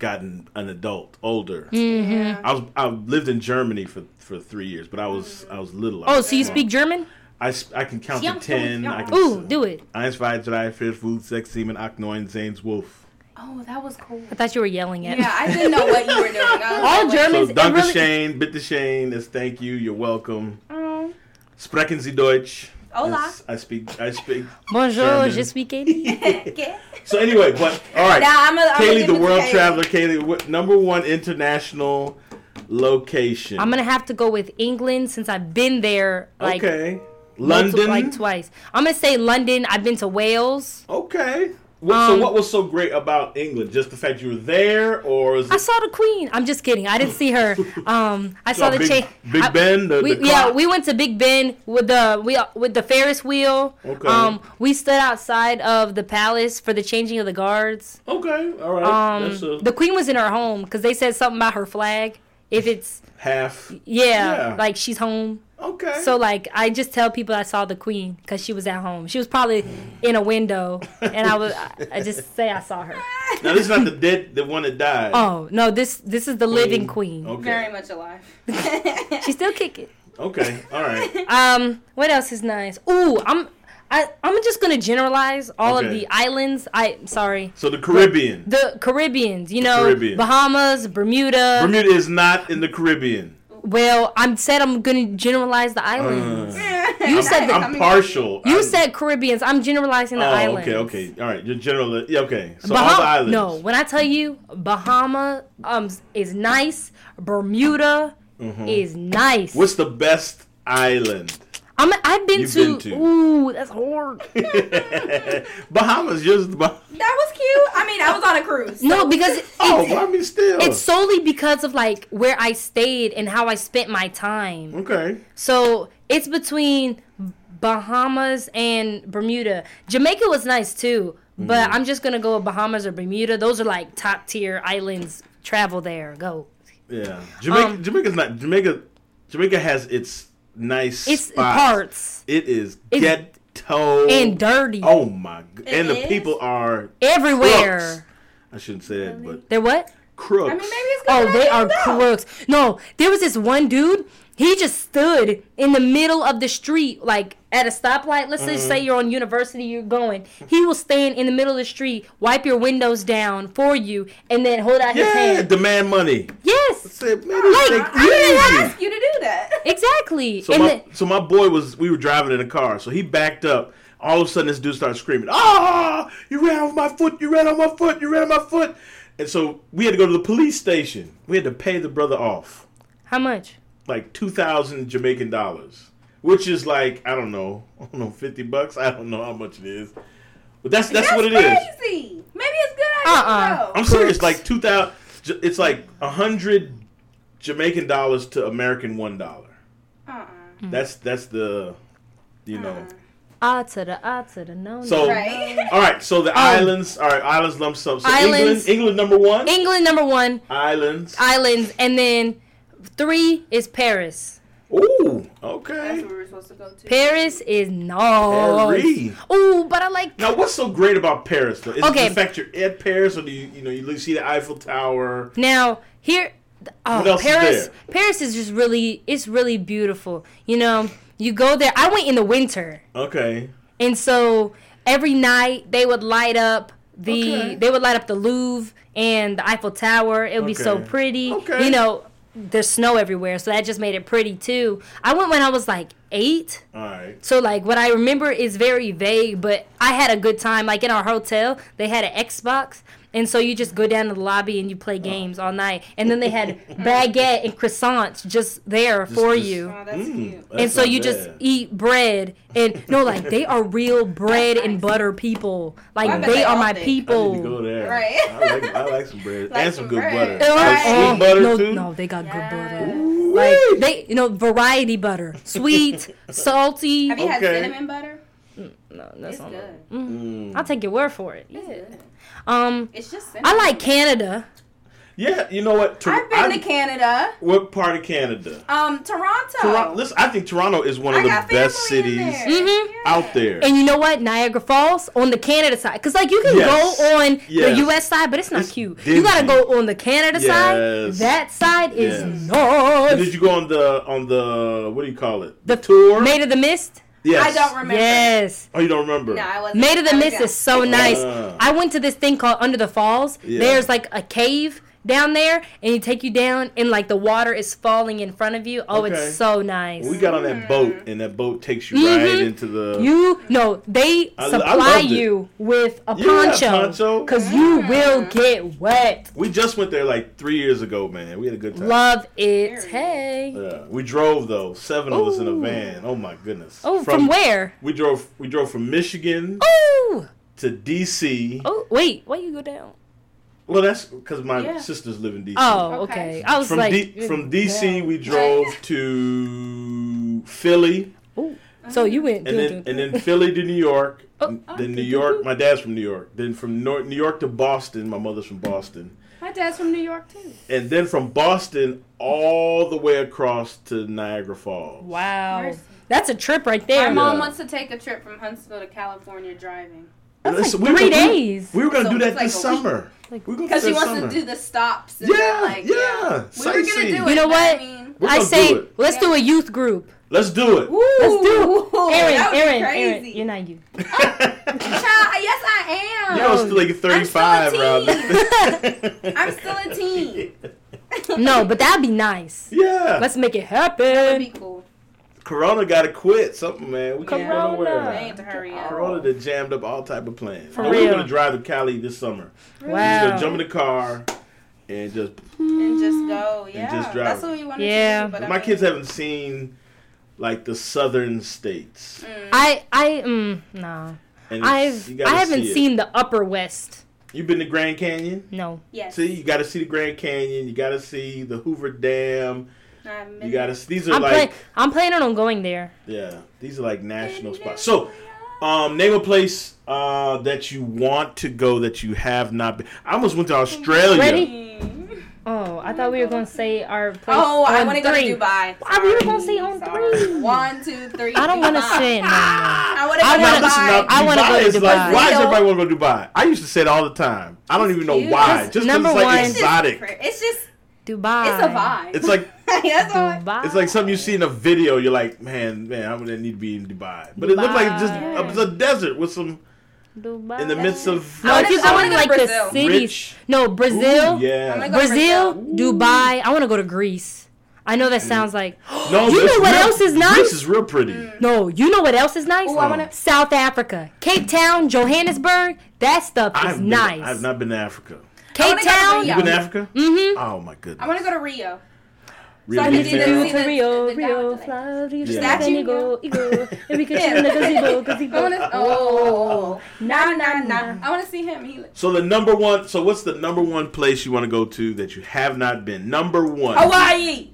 Speaker 1: gotten an adult, older.
Speaker 3: hmm
Speaker 2: yeah.
Speaker 1: I was I lived in Germany for for three years, but I was I was little. I
Speaker 3: Oh,
Speaker 1: was
Speaker 3: so you
Speaker 1: small.
Speaker 3: speak German?
Speaker 1: I, s- I can count
Speaker 2: Yeah,
Speaker 1: to ten. I can,
Speaker 3: Ooh, do it.
Speaker 1: Eins, zwei, drei, vier, fünf, sechs, sieben, acht, neun, zehn, zwölf.
Speaker 2: Oh, that was cool.
Speaker 3: I thought you were yelling at
Speaker 2: Yeah, I didn't know what you were doing. I was
Speaker 3: All
Speaker 2: like,
Speaker 3: German-
Speaker 1: So
Speaker 3: means it
Speaker 1: danke
Speaker 3: really-
Speaker 1: schön, bitte schön is thank you, you're welcome.
Speaker 2: Oh,
Speaker 1: Sprechen Sie Deutsch?
Speaker 2: Hola.
Speaker 1: Yes, I speak I speak.
Speaker 3: Bonjour,
Speaker 1: German.
Speaker 3: je suis Katie.
Speaker 2: okay.
Speaker 1: So anyway, but all right.
Speaker 2: Nah, I'm a, I'm
Speaker 1: Kaylee,
Speaker 2: a
Speaker 1: the world
Speaker 2: Kaylee.
Speaker 1: traveler. Kaylee, what, number one international location.
Speaker 3: I'm gonna have to go with England since I've been there like
Speaker 1: okay.
Speaker 3: multi-
Speaker 1: London.
Speaker 3: like twice. I'm gonna say London. I've been to Wales.
Speaker 1: okay. What, so
Speaker 3: Um,
Speaker 1: what was so great about England? Just the fact you were there, or is
Speaker 3: I
Speaker 1: it
Speaker 3: saw the Queen. I'm just kidding. I didn't see her. Um, I saw,
Speaker 1: saw
Speaker 3: the
Speaker 1: Big-
Speaker 3: cha-
Speaker 1: Big
Speaker 3: I-
Speaker 1: Ben, the-
Speaker 3: we,
Speaker 1: the
Speaker 3: yeah,
Speaker 1: clock?
Speaker 3: we went to Big Ben with the we uh, with the Ferris wheel.
Speaker 1: Okay.
Speaker 3: Um, we stood outside of the palace for the changing of the guards.
Speaker 1: okay? All right.
Speaker 3: Um,
Speaker 1: Oh, That's a
Speaker 3: the Queen was in her home because they said something about her flag. If it's
Speaker 1: half.
Speaker 3: yeah,
Speaker 1: Yeah.
Speaker 3: like she's home.
Speaker 1: Okay.
Speaker 3: So like I just tell people I saw the Queen because she was at home. She was probably in a window, and I was I, I just say I saw her.
Speaker 1: now this is not the dead, the one that died.
Speaker 3: Oh no, this this is the living Queen.
Speaker 1: okay.
Speaker 2: Very much alive.
Speaker 1: Oh.
Speaker 3: She still kicking.
Speaker 1: Okay. All right.
Speaker 3: Um, what else is nice? Ooh, I'm I I'm just gonna generalize all of
Speaker 1: Okay.
Speaker 3: the islands. I sorry,
Speaker 1: So the Caribbean.
Speaker 3: the Caribbeans. You know,
Speaker 1: Caribbean.
Speaker 3: Bahamas, Bermuda.
Speaker 1: Bermuda is not in the Caribbean.
Speaker 3: well, I'm said I'm gonna generalize
Speaker 1: Uh,
Speaker 3: the islands.
Speaker 2: you
Speaker 3: said that-
Speaker 1: I'm partial.
Speaker 3: you
Speaker 1: I'm-
Speaker 3: said Caribbeans. I'm generalizing the
Speaker 1: Oh,
Speaker 3: islands.
Speaker 1: okay, okay. All right. Your general. Yeah, okay. So all the
Speaker 3: Bahama,
Speaker 1: islands.
Speaker 3: no, when I tell you Bahama um is nice, Bermuda is nice.
Speaker 1: Mm-hmm. What's the best island?
Speaker 3: I'm, I've been
Speaker 1: You've
Speaker 3: to,
Speaker 1: been to.
Speaker 3: ooh, that's hard.
Speaker 1: Bahamas, just Bahamas.
Speaker 2: That was cute. I mean, I was on a cruise.
Speaker 3: no, because it's,
Speaker 1: Oh, well, I mean, still.
Speaker 3: it's solely because of like where I stayed and how I spent my time.
Speaker 1: okay.
Speaker 3: So it's between Bahamas and Bermuda. Jamaica was nice too,
Speaker 1: Mm.
Speaker 3: but I'm just gonna go with Bahamas or Bermuda. Those are like top tier islands. Travel there, go.
Speaker 1: Yeah. Jamaica.
Speaker 3: Um,
Speaker 1: Jamaica's not. Jamaica. Jamaica has its nice.
Speaker 3: It's
Speaker 1: spots.
Speaker 3: parts
Speaker 1: It is
Speaker 3: It's-
Speaker 1: ghetto
Speaker 3: and dirty
Speaker 1: Oh my. god. And the
Speaker 2: is?
Speaker 1: people are.
Speaker 3: everywhere.
Speaker 1: crooks. I shouldn't say that, but
Speaker 3: They're what?
Speaker 1: crooks.
Speaker 2: I mean, maybe it's good.
Speaker 3: Oh,
Speaker 2: that I
Speaker 3: they are
Speaker 2: didn't know.
Speaker 3: crooks. No, there was this one dude. He just stood in the middle of the street, like at a stoplight. Let's just
Speaker 1: Mm-hmm.
Speaker 3: say you're on university, you're going. He will stand in the middle of the street, wipe your windows down for you, and then hold out his
Speaker 1: yeah,
Speaker 3: hand.
Speaker 1: demand money.
Speaker 3: Yes,
Speaker 1: Say, man, this
Speaker 3: Like,
Speaker 1: thing
Speaker 2: I didn't
Speaker 1: crazy.
Speaker 2: ask you to do that.
Speaker 3: exactly.
Speaker 1: So
Speaker 3: and
Speaker 1: my,
Speaker 3: the-
Speaker 1: so my boy was we were driving in a car, so he backed up. All of a sudden, this dude started screaming, "Ah! You ran on my foot! You ran on my foot! You ran on my foot!" And so we had to go to the police station. We had to pay the brother off
Speaker 3: how much?
Speaker 1: like two thousand Jamaican dollars, which is like I don't know, I don't know, fifty bucks. I don't know how much it is, but that's that's, what it is.
Speaker 2: crazy. Maybe it's good. I
Speaker 3: Uh-uh.
Speaker 2: didn't know.
Speaker 1: I'm serious. Like two thousand, it's like a hundred Jamaican dollars to American one dollar.
Speaker 2: Uh-uh.
Speaker 3: Mm.
Speaker 1: That's that's the, you know.
Speaker 3: Ah to the ah to the no. no.
Speaker 1: So
Speaker 2: Right.
Speaker 1: all right, so the islands, all right, islands lump sum. So
Speaker 3: Um, Islands.
Speaker 1: England, England number one,
Speaker 3: England number one,
Speaker 1: islands.
Speaker 3: islands, and then three is Paris.
Speaker 1: Ooh,
Speaker 2: That's
Speaker 1: Okay.
Speaker 2: where we were supposed to go to.
Speaker 3: Paris is nice.
Speaker 1: Paris.
Speaker 3: Oh, but I like
Speaker 1: Now, what's so great about Paris, though? Is
Speaker 3: Okay.
Speaker 1: it the fact you're at Paris, or do you, you know, you see the Eiffel Tower?
Speaker 3: Now here, oh,
Speaker 1: What else is
Speaker 3: Paris.
Speaker 1: there?
Speaker 3: Paris is just really, it's really beautiful. You know, you go there. I went in the winter,
Speaker 1: Okay.
Speaker 3: and so every night they would light up the,
Speaker 1: Okay.
Speaker 3: they would light up the Louvre and the Eiffel Tower. It would be so
Speaker 1: Okay.
Speaker 3: pretty.
Speaker 1: Okay.
Speaker 3: You know, there's snow everywhere, so that just made it pretty too. I went when I was like eight.
Speaker 1: All right.
Speaker 3: So like what I remember is very vague, but I had a good time. Like in our hotel, they had an Xbox, and so you just go down to the lobby and you
Speaker 2: Oh.
Speaker 3: play games all night. And then they had baguette and croissants just there for
Speaker 1: just-
Speaker 3: you.
Speaker 2: Oh, that's cute.
Speaker 1: Mm,
Speaker 3: and
Speaker 1: that's
Speaker 3: so
Speaker 1: not
Speaker 3: you just
Speaker 1: bad.
Speaker 3: eat bread and no, like they are real bread and butter people. Like
Speaker 2: Well, I bet
Speaker 3: they,
Speaker 2: they
Speaker 3: are
Speaker 2: all
Speaker 3: my
Speaker 2: think.
Speaker 1: I need to go
Speaker 3: people.
Speaker 1: there.
Speaker 2: Right.
Speaker 1: I like, I like some bread
Speaker 2: Like
Speaker 1: and some
Speaker 2: some
Speaker 1: good
Speaker 2: bread.
Speaker 1: butter.
Speaker 3: Like,
Speaker 1: Like
Speaker 3: oh,
Speaker 1: sweet butter
Speaker 3: no,
Speaker 1: too.
Speaker 3: no, they got good butter.
Speaker 2: Yes.
Speaker 3: Like
Speaker 1: Woo!
Speaker 3: they, you know, variety butter, sweet, salty. Oh,
Speaker 2: Have you had
Speaker 1: Okay.
Speaker 2: cinnamon butter?
Speaker 3: no, that's
Speaker 2: It's
Speaker 3: not-
Speaker 2: good.
Speaker 1: Mm.
Speaker 3: I'll take your word for it.
Speaker 2: It's good.
Speaker 3: Um,
Speaker 2: It's just cinnamon.
Speaker 3: I like Canada.
Speaker 1: Yeah, you know what? Tor-
Speaker 2: I've been
Speaker 1: I'm-
Speaker 2: to Canada.
Speaker 1: What part of Canada?
Speaker 2: Um, Toronto.
Speaker 1: Toronto. Listen, I think Toronto is one of
Speaker 2: I
Speaker 1: the
Speaker 2: got
Speaker 1: best
Speaker 2: family in
Speaker 1: cities
Speaker 2: there. Mm-hmm.
Speaker 3: Mhm.
Speaker 2: Yeah.
Speaker 1: out there.
Speaker 3: And you know what? Niagara Falls on the Canada side. Because, like, you can
Speaker 1: Yes.
Speaker 3: go on
Speaker 1: Yes.
Speaker 3: the U.S. side, but it's not
Speaker 1: It's
Speaker 3: cute.
Speaker 1: dingy.
Speaker 3: You got to go on the Canada
Speaker 1: Yes.
Speaker 3: side. That side is
Speaker 1: Yes.
Speaker 3: north.
Speaker 1: Did you go on the on the what do you call it?
Speaker 3: The
Speaker 1: tour?
Speaker 3: Maid of the Mist?
Speaker 1: yes.
Speaker 2: I don't remember.
Speaker 3: Yes.
Speaker 1: Oh, you don't remember?
Speaker 2: No, I wasn't.
Speaker 3: Maid of the
Speaker 2: I was
Speaker 3: Mist
Speaker 2: young.
Speaker 3: is so nice.
Speaker 1: Ah.
Speaker 3: I went to this thing called Under the Falls.
Speaker 1: Yeah.
Speaker 3: There's like a cave down there, and you take you down, and like the water is falling in front of you. Oh,
Speaker 1: Okay.
Speaker 3: it's so nice.
Speaker 1: We got on that boat, and that boat takes you right
Speaker 3: Mhm.
Speaker 1: into the.
Speaker 3: You no, they
Speaker 1: I- I
Speaker 3: supply
Speaker 1: loved it.
Speaker 3: you with a
Speaker 1: Yeah,
Speaker 3: poncho
Speaker 1: poncho.
Speaker 3: because you will get wet.
Speaker 1: we just went there like three years ago, man. We had a good time.
Speaker 3: Love it.
Speaker 2: Period.
Speaker 3: Hey.
Speaker 1: Yeah. We drove though, seven of us in a
Speaker 3: Ooh.
Speaker 1: van. Oh my goodness.
Speaker 3: Oh, from, where?
Speaker 1: We drove. We drove from Michigan
Speaker 3: Oh.
Speaker 1: to D.C.
Speaker 3: Oh wait, why you go down?
Speaker 1: Well, that's because my
Speaker 2: Yeah.
Speaker 1: sisters live in D.C.
Speaker 3: Oh,
Speaker 2: Okay.
Speaker 3: okay. I was
Speaker 1: From
Speaker 3: like
Speaker 1: D- from D.C.
Speaker 3: yeah.
Speaker 1: we drove to Philly,
Speaker 3: Ooh.
Speaker 2: Mm-hmm.
Speaker 3: So you went
Speaker 1: and then and then Philly to New York.
Speaker 3: Oh.
Speaker 1: Then New York. My dad's from New York. Then from Nor- New York to Boston. My mother's from Boston.
Speaker 2: My dad's from New York too.
Speaker 1: and then from Boston all the way across to Niagara Falls.
Speaker 3: Wow.
Speaker 2: Mercy.
Speaker 3: That's a trip right
Speaker 2: My
Speaker 3: there.
Speaker 2: mom
Speaker 1: Yeah.
Speaker 2: wants to take a trip from Huntsville to California driving
Speaker 1: And
Speaker 3: That's
Speaker 1: listen,
Speaker 3: like three
Speaker 1: were gonna-
Speaker 3: days.
Speaker 1: We were going to
Speaker 2: So
Speaker 1: do that
Speaker 2: it's like
Speaker 1: this
Speaker 2: a week.
Speaker 1: summer.
Speaker 3: Like-
Speaker 1: we were gonna
Speaker 2: because she
Speaker 1: that
Speaker 2: wants
Speaker 1: summer.
Speaker 2: to do the stops. And
Speaker 1: Yeah,
Speaker 2: yeah, like,
Speaker 1: yeah.
Speaker 2: yeah. We were gonna
Speaker 1: Sightseeing.
Speaker 2: do it.
Speaker 3: You know
Speaker 2: but I
Speaker 3: what?
Speaker 2: mean,
Speaker 1: We're
Speaker 3: I
Speaker 1: gonna
Speaker 3: say
Speaker 1: do it.
Speaker 3: let's do a youth group.
Speaker 1: Let's do it.
Speaker 3: Let's do
Speaker 2: Ooh,
Speaker 3: it. Aaron,
Speaker 2: Oh, that would be
Speaker 3: Aaron, Aaron.
Speaker 2: crazy.
Speaker 3: You're not you. ah,
Speaker 2: Child, yes, I am.
Speaker 1: You know, it's still like 35 around.
Speaker 2: teen. I'm still a teen.
Speaker 3: No, but that'd be nice.
Speaker 1: Yeah.
Speaker 3: Let's make it
Speaker 2: That'd be
Speaker 3: happen.
Speaker 2: cool.
Speaker 1: Corona got to quit something, man. We can't go
Speaker 3: Corona.
Speaker 1: nowhere.
Speaker 2: I need to hurry up.
Speaker 1: Corona that jammed up all type of plans.
Speaker 3: For
Speaker 1: Now, We were
Speaker 3: real.
Speaker 1: going to drive to Cali this summer. We're going to jump
Speaker 3: Wow.
Speaker 1: in the car and just.
Speaker 2: and just go. Yeah,
Speaker 1: just drive.
Speaker 2: that's what we wanted
Speaker 3: Yeah.
Speaker 2: to do. But I
Speaker 1: My
Speaker 2: mean,
Speaker 1: kids haven't seen like the southern states.
Speaker 3: I I mm, no.
Speaker 1: And it's- you
Speaker 3: I've
Speaker 1: gotta
Speaker 3: I haven't
Speaker 1: see it.
Speaker 3: seen the Upper West.
Speaker 1: You've been to Grand Canyon?
Speaker 3: No.
Speaker 2: Yes,
Speaker 1: See, you got to see the Grand Canyon. You got to see the Hoover Dam.
Speaker 2: I'm
Speaker 1: You got to. These are
Speaker 3: I'm
Speaker 1: like,
Speaker 3: plan- I'm planning on going there.
Speaker 1: yeah, these are like national spots. So, um, name a place uh, that you want to go that you have not been. I almost went to Australia.
Speaker 3: Ready?
Speaker 2: Mm.
Speaker 3: Oh, I thought we were gonna say our place.
Speaker 2: Oh, I
Speaker 3: on
Speaker 2: want to go to
Speaker 3: three.
Speaker 2: Dubai.
Speaker 3: I- we were gonna
Speaker 2: Sorry.
Speaker 3: say on
Speaker 2: Sorry.
Speaker 3: three.
Speaker 2: One, two, three.
Speaker 3: I don't want to
Speaker 2: Dubai.
Speaker 3: say it. No, no.
Speaker 2: I want to
Speaker 3: I
Speaker 1: Now,
Speaker 2: go
Speaker 3: wanna-
Speaker 2: to
Speaker 1: listen, now,
Speaker 2: Dubai.
Speaker 3: I wanna
Speaker 1: Dubai
Speaker 3: go to
Speaker 1: is
Speaker 3: Dubai.
Speaker 1: Like, why does
Speaker 2: Real.
Speaker 1: everybody want to go to Dubai? I used to say it all the time. I don't even know
Speaker 2: cute.
Speaker 1: why.
Speaker 2: It's
Speaker 1: Just 'cause
Speaker 3: number
Speaker 1: it's like
Speaker 3: one.
Speaker 2: It's just
Speaker 1: exotic.
Speaker 2: different. It's just
Speaker 3: Dubai.
Speaker 2: it's a vibe.
Speaker 1: It's like
Speaker 2: That's all I-
Speaker 3: Dubai.
Speaker 1: it's like something you see in a video. You're like, man, man, I'm gonna need to be in Dubai. But it looked like just
Speaker 3: Dubai.
Speaker 1: it's a desert with some
Speaker 3: Dubai.
Speaker 1: in the midst of
Speaker 3: No, if you
Speaker 2: I
Speaker 3: go
Speaker 2: wanna
Speaker 3: in
Speaker 2: go to
Speaker 3: like the
Speaker 2: Brazil.
Speaker 3: cities.
Speaker 1: Rich.
Speaker 3: No, Brazil.
Speaker 1: Ooh, yeah.
Speaker 2: I'm gonna go
Speaker 3: Brazil,
Speaker 2: Brazil.
Speaker 3: Dubai. I want to go to Greece. I know
Speaker 1: Mm.
Speaker 3: that sounds like
Speaker 1: No,
Speaker 3: You
Speaker 1: this
Speaker 3: know what
Speaker 1: real-
Speaker 3: else is nice?
Speaker 1: This is real pretty.
Speaker 2: Mm.
Speaker 3: no. You know what else is nice?
Speaker 2: Ooh, I wanna-
Speaker 3: South Africa, Cape Town, Johannesburg. That stuff
Speaker 1: I've
Speaker 3: is
Speaker 1: been-
Speaker 3: nice.
Speaker 1: I've not been to Africa.
Speaker 3: Cape
Speaker 2: I wanna go to
Speaker 3: Town.
Speaker 2: Rio.
Speaker 1: You been to Africa?
Speaker 3: Mhm.
Speaker 1: Oh my goodness.
Speaker 2: Mm. I want to go to Rio.
Speaker 1: Really
Speaker 2: I
Speaker 1: good
Speaker 2: need to
Speaker 1: family.
Speaker 2: see the-
Speaker 3: Rio,
Speaker 2: the- the
Speaker 3: Rio,
Speaker 2: down-
Speaker 3: fly,
Speaker 1: Yeah.
Speaker 3: Rio, fly,
Speaker 2: Statue.
Speaker 3: eagle, eagle, and we can
Speaker 2: Yeah.
Speaker 3: sing the gazebo,
Speaker 2: I want
Speaker 3: gazebo.
Speaker 2: to. Oh, nah, nah, nah. I want to see him. He.
Speaker 1: So the number one. So what's the number one place you want to go to that you have not been? Number one.
Speaker 3: Oh,
Speaker 2: Hawaii,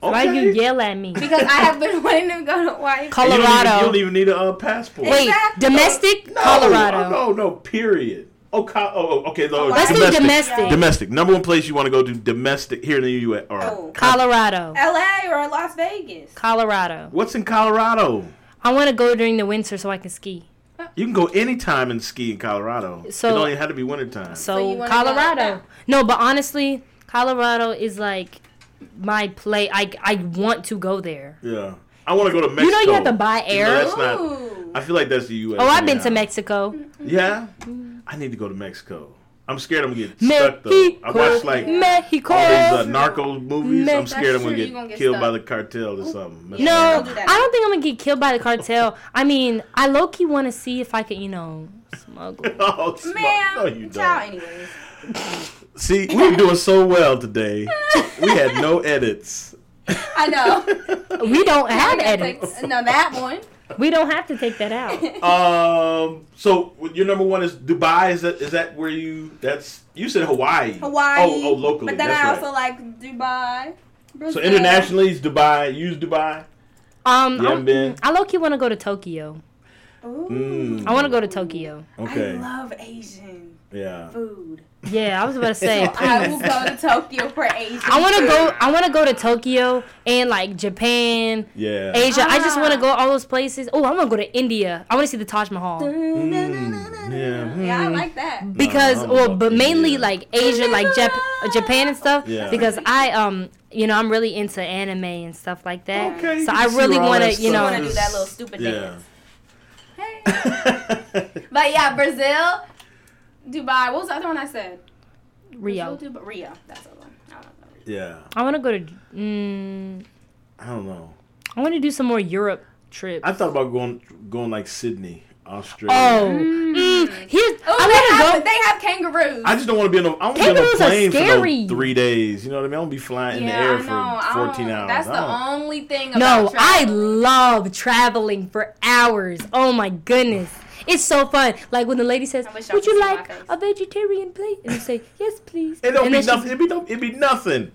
Speaker 3: Why
Speaker 1: Okay.
Speaker 3: you yell at me?
Speaker 2: because I have been wanting to go to Hawaii.
Speaker 1: You don't even- You
Speaker 3: Colorado.
Speaker 1: don't even need a uh, passport.
Speaker 3: Wait,
Speaker 2: Exactly.
Speaker 3: domestic
Speaker 1: No,
Speaker 3: Colorado.
Speaker 1: oh, no, no. Period. Oh, co- oh, oh, okay. No,
Speaker 2: Let's
Speaker 3: do domestic.
Speaker 1: Domestic. Number one place you want to go to domestic here in the U.S. All right.
Speaker 2: Oh.
Speaker 3: Colorado.
Speaker 2: LA or Las Vegas.
Speaker 3: Colorado.
Speaker 1: What's in Colorado?
Speaker 3: I want to go during the winter so I can ski.
Speaker 1: You can go anytime and ski in Colorado.
Speaker 3: So-
Speaker 1: it don't even have to be wintertime.
Speaker 3: So,
Speaker 2: you wanna go
Speaker 3: Colorado.
Speaker 2: out?
Speaker 3: No, but honestly, Colorado is like my play. I I want to go there.
Speaker 1: yeah. I want to go to Mexico.
Speaker 3: You know you have to buy air?
Speaker 1: No, that's
Speaker 2: Ooh.
Speaker 1: not. I feel like that's the U.S.
Speaker 3: Oh, I've been to
Speaker 1: anyhow.
Speaker 3: Mexico.
Speaker 1: Yeah. I need to go to Mexico. I'm scared I'm gonna get stuck though.
Speaker 3: Mexico.
Speaker 1: I watched like
Speaker 3: Mexico.
Speaker 1: all these uh, narco movies. I'm
Speaker 3: That's
Speaker 1: scared I'm
Speaker 2: true,
Speaker 1: gonna
Speaker 2: you
Speaker 1: get
Speaker 2: gonna get
Speaker 1: killed
Speaker 2: stuck.
Speaker 1: by the cartel or something. That's
Speaker 3: No,
Speaker 2: Don't do
Speaker 3: I
Speaker 2: that.
Speaker 3: don't think I'm gonna get killed by the cartel. I mean, I low key want to see if I could, you know, smuggle.
Speaker 1: what I'm- Oh, smart.
Speaker 2: Ma'am,
Speaker 1: no, you
Speaker 2: child,
Speaker 1: don't.
Speaker 2: anyways.
Speaker 1: See, we were doing so well today. we had no edits.
Speaker 2: I know.
Speaker 3: We don't have edits.
Speaker 2: No, that one.
Speaker 3: We don't have to take that out.
Speaker 1: Um. So your number one is Dubai. Is that is that where you? That's you said Hawaii.
Speaker 2: Hawaii.
Speaker 1: Oh, oh, locally.
Speaker 2: But then
Speaker 1: that's
Speaker 2: I
Speaker 1: right.
Speaker 2: also like Dubai.
Speaker 1: so
Speaker 2: Brazil.
Speaker 1: internationally is Dubai. Use Dubai.
Speaker 3: Um,
Speaker 1: You haven't
Speaker 3: I'm-
Speaker 1: been?
Speaker 3: I low key want to go to Tokyo.
Speaker 2: Ooh.
Speaker 1: Mm,
Speaker 3: I want to go to Tokyo.
Speaker 1: okay.
Speaker 2: I love Asian
Speaker 1: yeah.
Speaker 2: food.
Speaker 3: Yeah, I was about to say.
Speaker 2: I will go to Tokyo for Asian.
Speaker 3: I want to go. I want to go to Tokyo and like Japan,
Speaker 1: Yeah.
Speaker 3: Asia. I just want to
Speaker 2: Ah.
Speaker 3: go all those places. Oh, I want to go to India. I want to see the Taj Mahal
Speaker 1: Mm, yeah.
Speaker 2: Yeah, I like that.
Speaker 3: because,
Speaker 1: I'm
Speaker 3: well,
Speaker 1: about
Speaker 3: but
Speaker 1: to
Speaker 3: mainly
Speaker 1: India.
Speaker 3: like Asia, like Jap- Japan and stuff.
Speaker 1: Yeah.
Speaker 3: Because I um, you know, I'm really into anime and stuff like that.
Speaker 1: Okay, you
Speaker 3: So
Speaker 1: can
Speaker 3: I
Speaker 1: see
Speaker 3: really
Speaker 1: where all
Speaker 3: want to,
Speaker 1: that
Speaker 3: you
Speaker 2: I
Speaker 1: stuff
Speaker 3: know.
Speaker 2: want to do that little stupid
Speaker 1: Yeah.
Speaker 2: dance. Hey. But yeah, Brazil, Dubai. What was the other one I said?
Speaker 3: Rio.
Speaker 2: Brazil, Dubai, Rio. That's the other one. I don't know. about Rio.
Speaker 1: yeah.
Speaker 3: I want to go to. Mm,
Speaker 1: I don't know.
Speaker 3: I want to do some more Europe trips.
Speaker 1: I thought about going going like Sydney, Australia.
Speaker 3: Oh, mm, here's
Speaker 2: Ooh, they,
Speaker 3: I want to
Speaker 2: Oh, have,
Speaker 3: go.
Speaker 2: they have kangaroos.
Speaker 1: I just don't want to be on a, I want to be on a
Speaker 3: Kangaroos are
Speaker 1: plane for
Speaker 3: scary.
Speaker 1: no three days. You know what I mean? I don't be flying in the air for
Speaker 2: I
Speaker 1: 14
Speaker 2: don't-
Speaker 1: hours. Oh.
Speaker 2: That's
Speaker 1: I
Speaker 2: the
Speaker 1: don't-
Speaker 2: only thing.
Speaker 3: No,
Speaker 2: about
Speaker 3: I
Speaker 2: travel.
Speaker 3: love traveling for hours. Oh my goodness. It's so fun. Like when the lady says,
Speaker 2: I wish I
Speaker 3: "Would
Speaker 2: could
Speaker 3: you
Speaker 2: see my
Speaker 3: like
Speaker 2: face.
Speaker 3: a vegetarian plate?" and you say, "Yes, please."
Speaker 1: It don't
Speaker 3: and
Speaker 1: be
Speaker 3: then she-
Speaker 1: nothing. It be, no, it be nothing.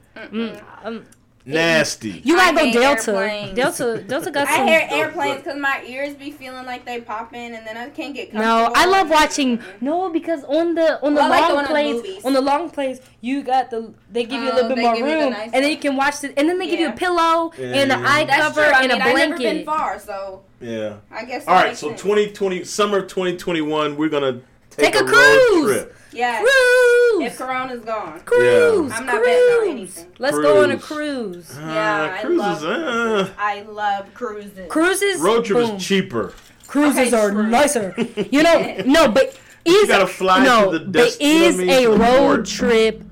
Speaker 3: um,
Speaker 1: Nasty.
Speaker 3: you gotta
Speaker 2: I
Speaker 3: go
Speaker 2: hate
Speaker 3: Delta.
Speaker 2: airplanes.
Speaker 3: Delta. Delta got
Speaker 2: I
Speaker 3: some.
Speaker 2: hear airplanes because my ears be feeling like they popping, and then I can't get comfortable.
Speaker 3: no, I love watching. No, because on the on the
Speaker 2: Well, I like the
Speaker 3: long
Speaker 2: one on the
Speaker 3: planes,
Speaker 2: movies.
Speaker 3: on the long planes, you got the they give you a
Speaker 2: Oh,
Speaker 3: little bit
Speaker 2: they
Speaker 3: more
Speaker 2: give you the
Speaker 3: room,
Speaker 2: nice
Speaker 3: and then you
Speaker 2: one.
Speaker 3: can watch it, and then they give you a
Speaker 2: Yeah.
Speaker 3: pillow and an
Speaker 1: Yeah.
Speaker 3: eye
Speaker 2: That's
Speaker 3: cover
Speaker 2: true. I
Speaker 3: and
Speaker 2: mean,
Speaker 3: a blanket.
Speaker 2: I've never been far, so
Speaker 1: Yeah.
Speaker 2: I guess.
Speaker 1: All
Speaker 2: that
Speaker 1: right.
Speaker 2: makes
Speaker 1: So
Speaker 2: sense.
Speaker 1: 2020 summer of 2021, we're gonna take,
Speaker 3: Take a
Speaker 1: road
Speaker 3: cruise.
Speaker 1: trip.
Speaker 2: Yeah.
Speaker 3: Cruise,
Speaker 2: If Corona's gone,
Speaker 3: cruise,
Speaker 2: I'm not betting on
Speaker 3: cruise.
Speaker 2: anything.
Speaker 3: Let's go on a
Speaker 1: Cruise.
Speaker 3: cruise.
Speaker 2: Yeah,
Speaker 1: Ah,
Speaker 2: I
Speaker 1: cruises.
Speaker 2: love cruises.
Speaker 1: ah.
Speaker 2: I love cruises.
Speaker 3: Cruises.
Speaker 1: road trip
Speaker 3: boom.
Speaker 1: is cheaper.
Speaker 3: Cruises
Speaker 2: Okay,
Speaker 3: are
Speaker 2: true.
Speaker 3: nicer. You know, no, but is
Speaker 1: gotta fly
Speaker 3: no,
Speaker 1: to the
Speaker 3: but
Speaker 1: dest- you know
Speaker 3: is
Speaker 1: what I mean,
Speaker 3: a
Speaker 1: to the
Speaker 3: road
Speaker 1: port.
Speaker 3: trip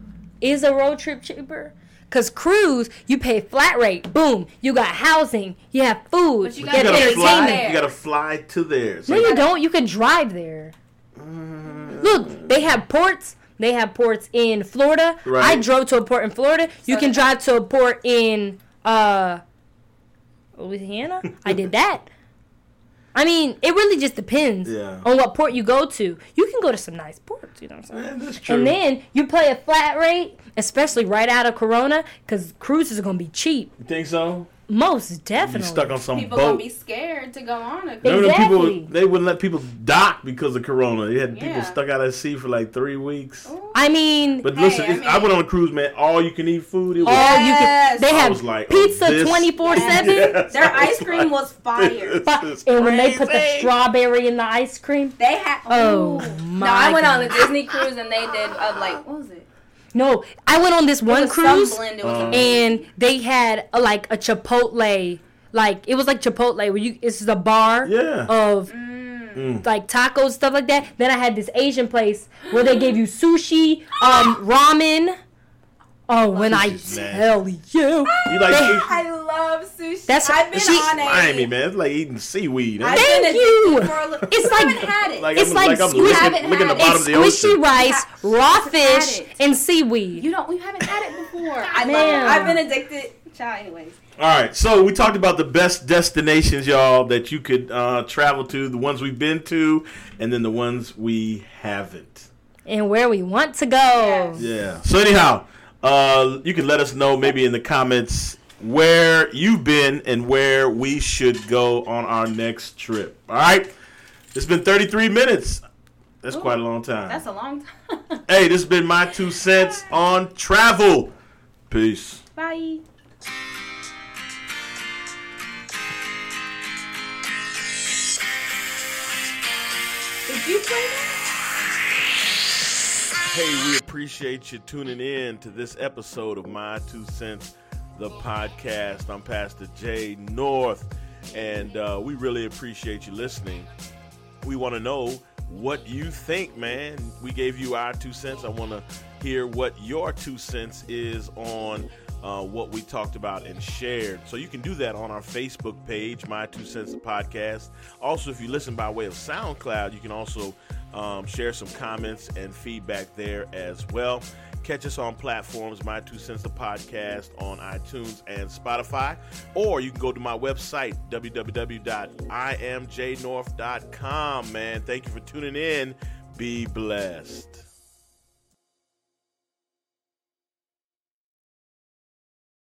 Speaker 3: is a road trip cheaper? Cause cruise, you pay flat rate. Boom, you got housing, you have food,
Speaker 2: But you
Speaker 3: you,
Speaker 2: gotta
Speaker 1: You
Speaker 3: have
Speaker 1: gotta
Speaker 2: get
Speaker 1: fly.
Speaker 2: there.
Speaker 1: You
Speaker 3: entertainment.
Speaker 1: gotta fly to there. So
Speaker 3: No, you don't. You can drive there.
Speaker 1: Mm.
Speaker 3: Look, they have ports. They have ports in Florida. I
Speaker 1: Right.
Speaker 3: drove to a port in Florida. You
Speaker 2: So-
Speaker 3: can drive to a port in uh, Louisiana. I did that. I mean, it really just depends
Speaker 1: Yeah.
Speaker 3: on what port you go to. You can go to some nice ports, you know what I'm saying?
Speaker 1: Yeah, that's true.
Speaker 3: And then you play a flat rate, especially right out of Corona, because cruises are going to be cheap.
Speaker 1: you think so?
Speaker 3: Most
Speaker 1: You
Speaker 3: definitely.
Speaker 1: stuck on some
Speaker 2: People
Speaker 1: boat.
Speaker 2: gonna be scared to go on a
Speaker 3: They-
Speaker 1: Remember them
Speaker 3: Exactly.
Speaker 1: people? They wouldn't let people dock because of Corona. They had people
Speaker 2: Yeah.
Speaker 1: stuck out at sea for like three weeks.
Speaker 2: Ooh.
Speaker 3: I mean,
Speaker 1: But
Speaker 2: Hey,
Speaker 1: listen,
Speaker 2: I
Speaker 1: it's- I,
Speaker 2: mean-
Speaker 1: went on a cruise, man. All you can eat food. It was,
Speaker 3: all you
Speaker 2: Yes.
Speaker 3: can. They
Speaker 1: I
Speaker 3: have
Speaker 1: was like, oh,
Speaker 3: pizza
Speaker 1: this-
Speaker 3: 24
Speaker 1: Yes.
Speaker 3: 7.
Speaker 2: Their
Speaker 1: I was
Speaker 2: ice cream
Speaker 1: like,
Speaker 2: was fire.
Speaker 1: this is
Speaker 3: And when they put the
Speaker 1: crazy.
Speaker 3: strawberry in the ice cream.
Speaker 2: They had.
Speaker 3: Oh,
Speaker 2: ooh.
Speaker 3: my
Speaker 2: No, I went on a
Speaker 3: God.
Speaker 2: Disney cruise and they did uh, like what was it?
Speaker 3: No, I went on this
Speaker 2: It
Speaker 3: one
Speaker 2: was some
Speaker 3: cruise.
Speaker 2: blend, it was
Speaker 1: Um,
Speaker 2: amazing.
Speaker 3: and they had a, like a Chipotle, like it was like Chipotle where you it's just a bar
Speaker 1: Yeah.
Speaker 3: of
Speaker 1: Mm.
Speaker 3: like tacos stuff like that. Then I had this Asian place where they gave you sushi, um, ramen. Oh, when I
Speaker 1: Sushi's nasty.
Speaker 3: tell you,
Speaker 1: You like
Speaker 3: They-
Speaker 1: sushi?
Speaker 2: I love sushi.
Speaker 3: That's-
Speaker 2: I've been
Speaker 3: she-
Speaker 2: on a.
Speaker 1: Miami, man. It's like eating seaweed.
Speaker 2: I've
Speaker 1: Huh?
Speaker 3: Thank
Speaker 2: been
Speaker 3: you.
Speaker 2: addicted for a little.
Speaker 3: It's
Speaker 2: I
Speaker 3: like-
Speaker 2: haven't had it.
Speaker 1: Like
Speaker 3: It's
Speaker 1: I'm,
Speaker 3: like
Speaker 1: like I'm
Speaker 3: squid-
Speaker 1: looking, looking at the
Speaker 2: Haven't
Speaker 1: bottom
Speaker 3: it's
Speaker 1: of the ocean.
Speaker 3: squishy rice,
Speaker 2: Yeah.
Speaker 3: raw
Speaker 2: I've had
Speaker 3: fish,
Speaker 2: it.
Speaker 3: and seaweed.
Speaker 2: you don't. We haven't had it before. I
Speaker 3: Man.
Speaker 2: love. I've been addicted. Child, anyways.
Speaker 1: All right, so we talked about the best destinations, y'all, that you could uh, travel to, the ones we've been to, and then the ones we haven't.
Speaker 3: and where we want to go.
Speaker 2: Yes.
Speaker 1: Yeah. So anyhow, uh, you can let us know maybe in the comments where you've been and where we should go on our next trip. All right. It's been 33 minutes. That's
Speaker 2: Ooh.
Speaker 1: quite a long time.
Speaker 2: That's a long time.
Speaker 1: hey, this has been my two cents on travel. Peace.
Speaker 2: Bye. Did you play that?
Speaker 1: Hey, we appreciate you tuning in to this episode of My Two Cents, the podcast. I'm Pastor Jay North, and uh, we really appreciate you listening. We want to know what you think, man. We gave you our two cents. I want to hear what your two cents is on uh, what we talked about and shared. So you can do that on our Facebook page, My Two Cents the Podcast. Also, if you listen by way of SoundCloud, you can also um, share some comments and feedback there as well. Catch us on platforms My Two Cents the Podcast on iTunes and Spotify, or you can go to my website www.imjnorth.com. Man, thank you for tuning in. Be blessed.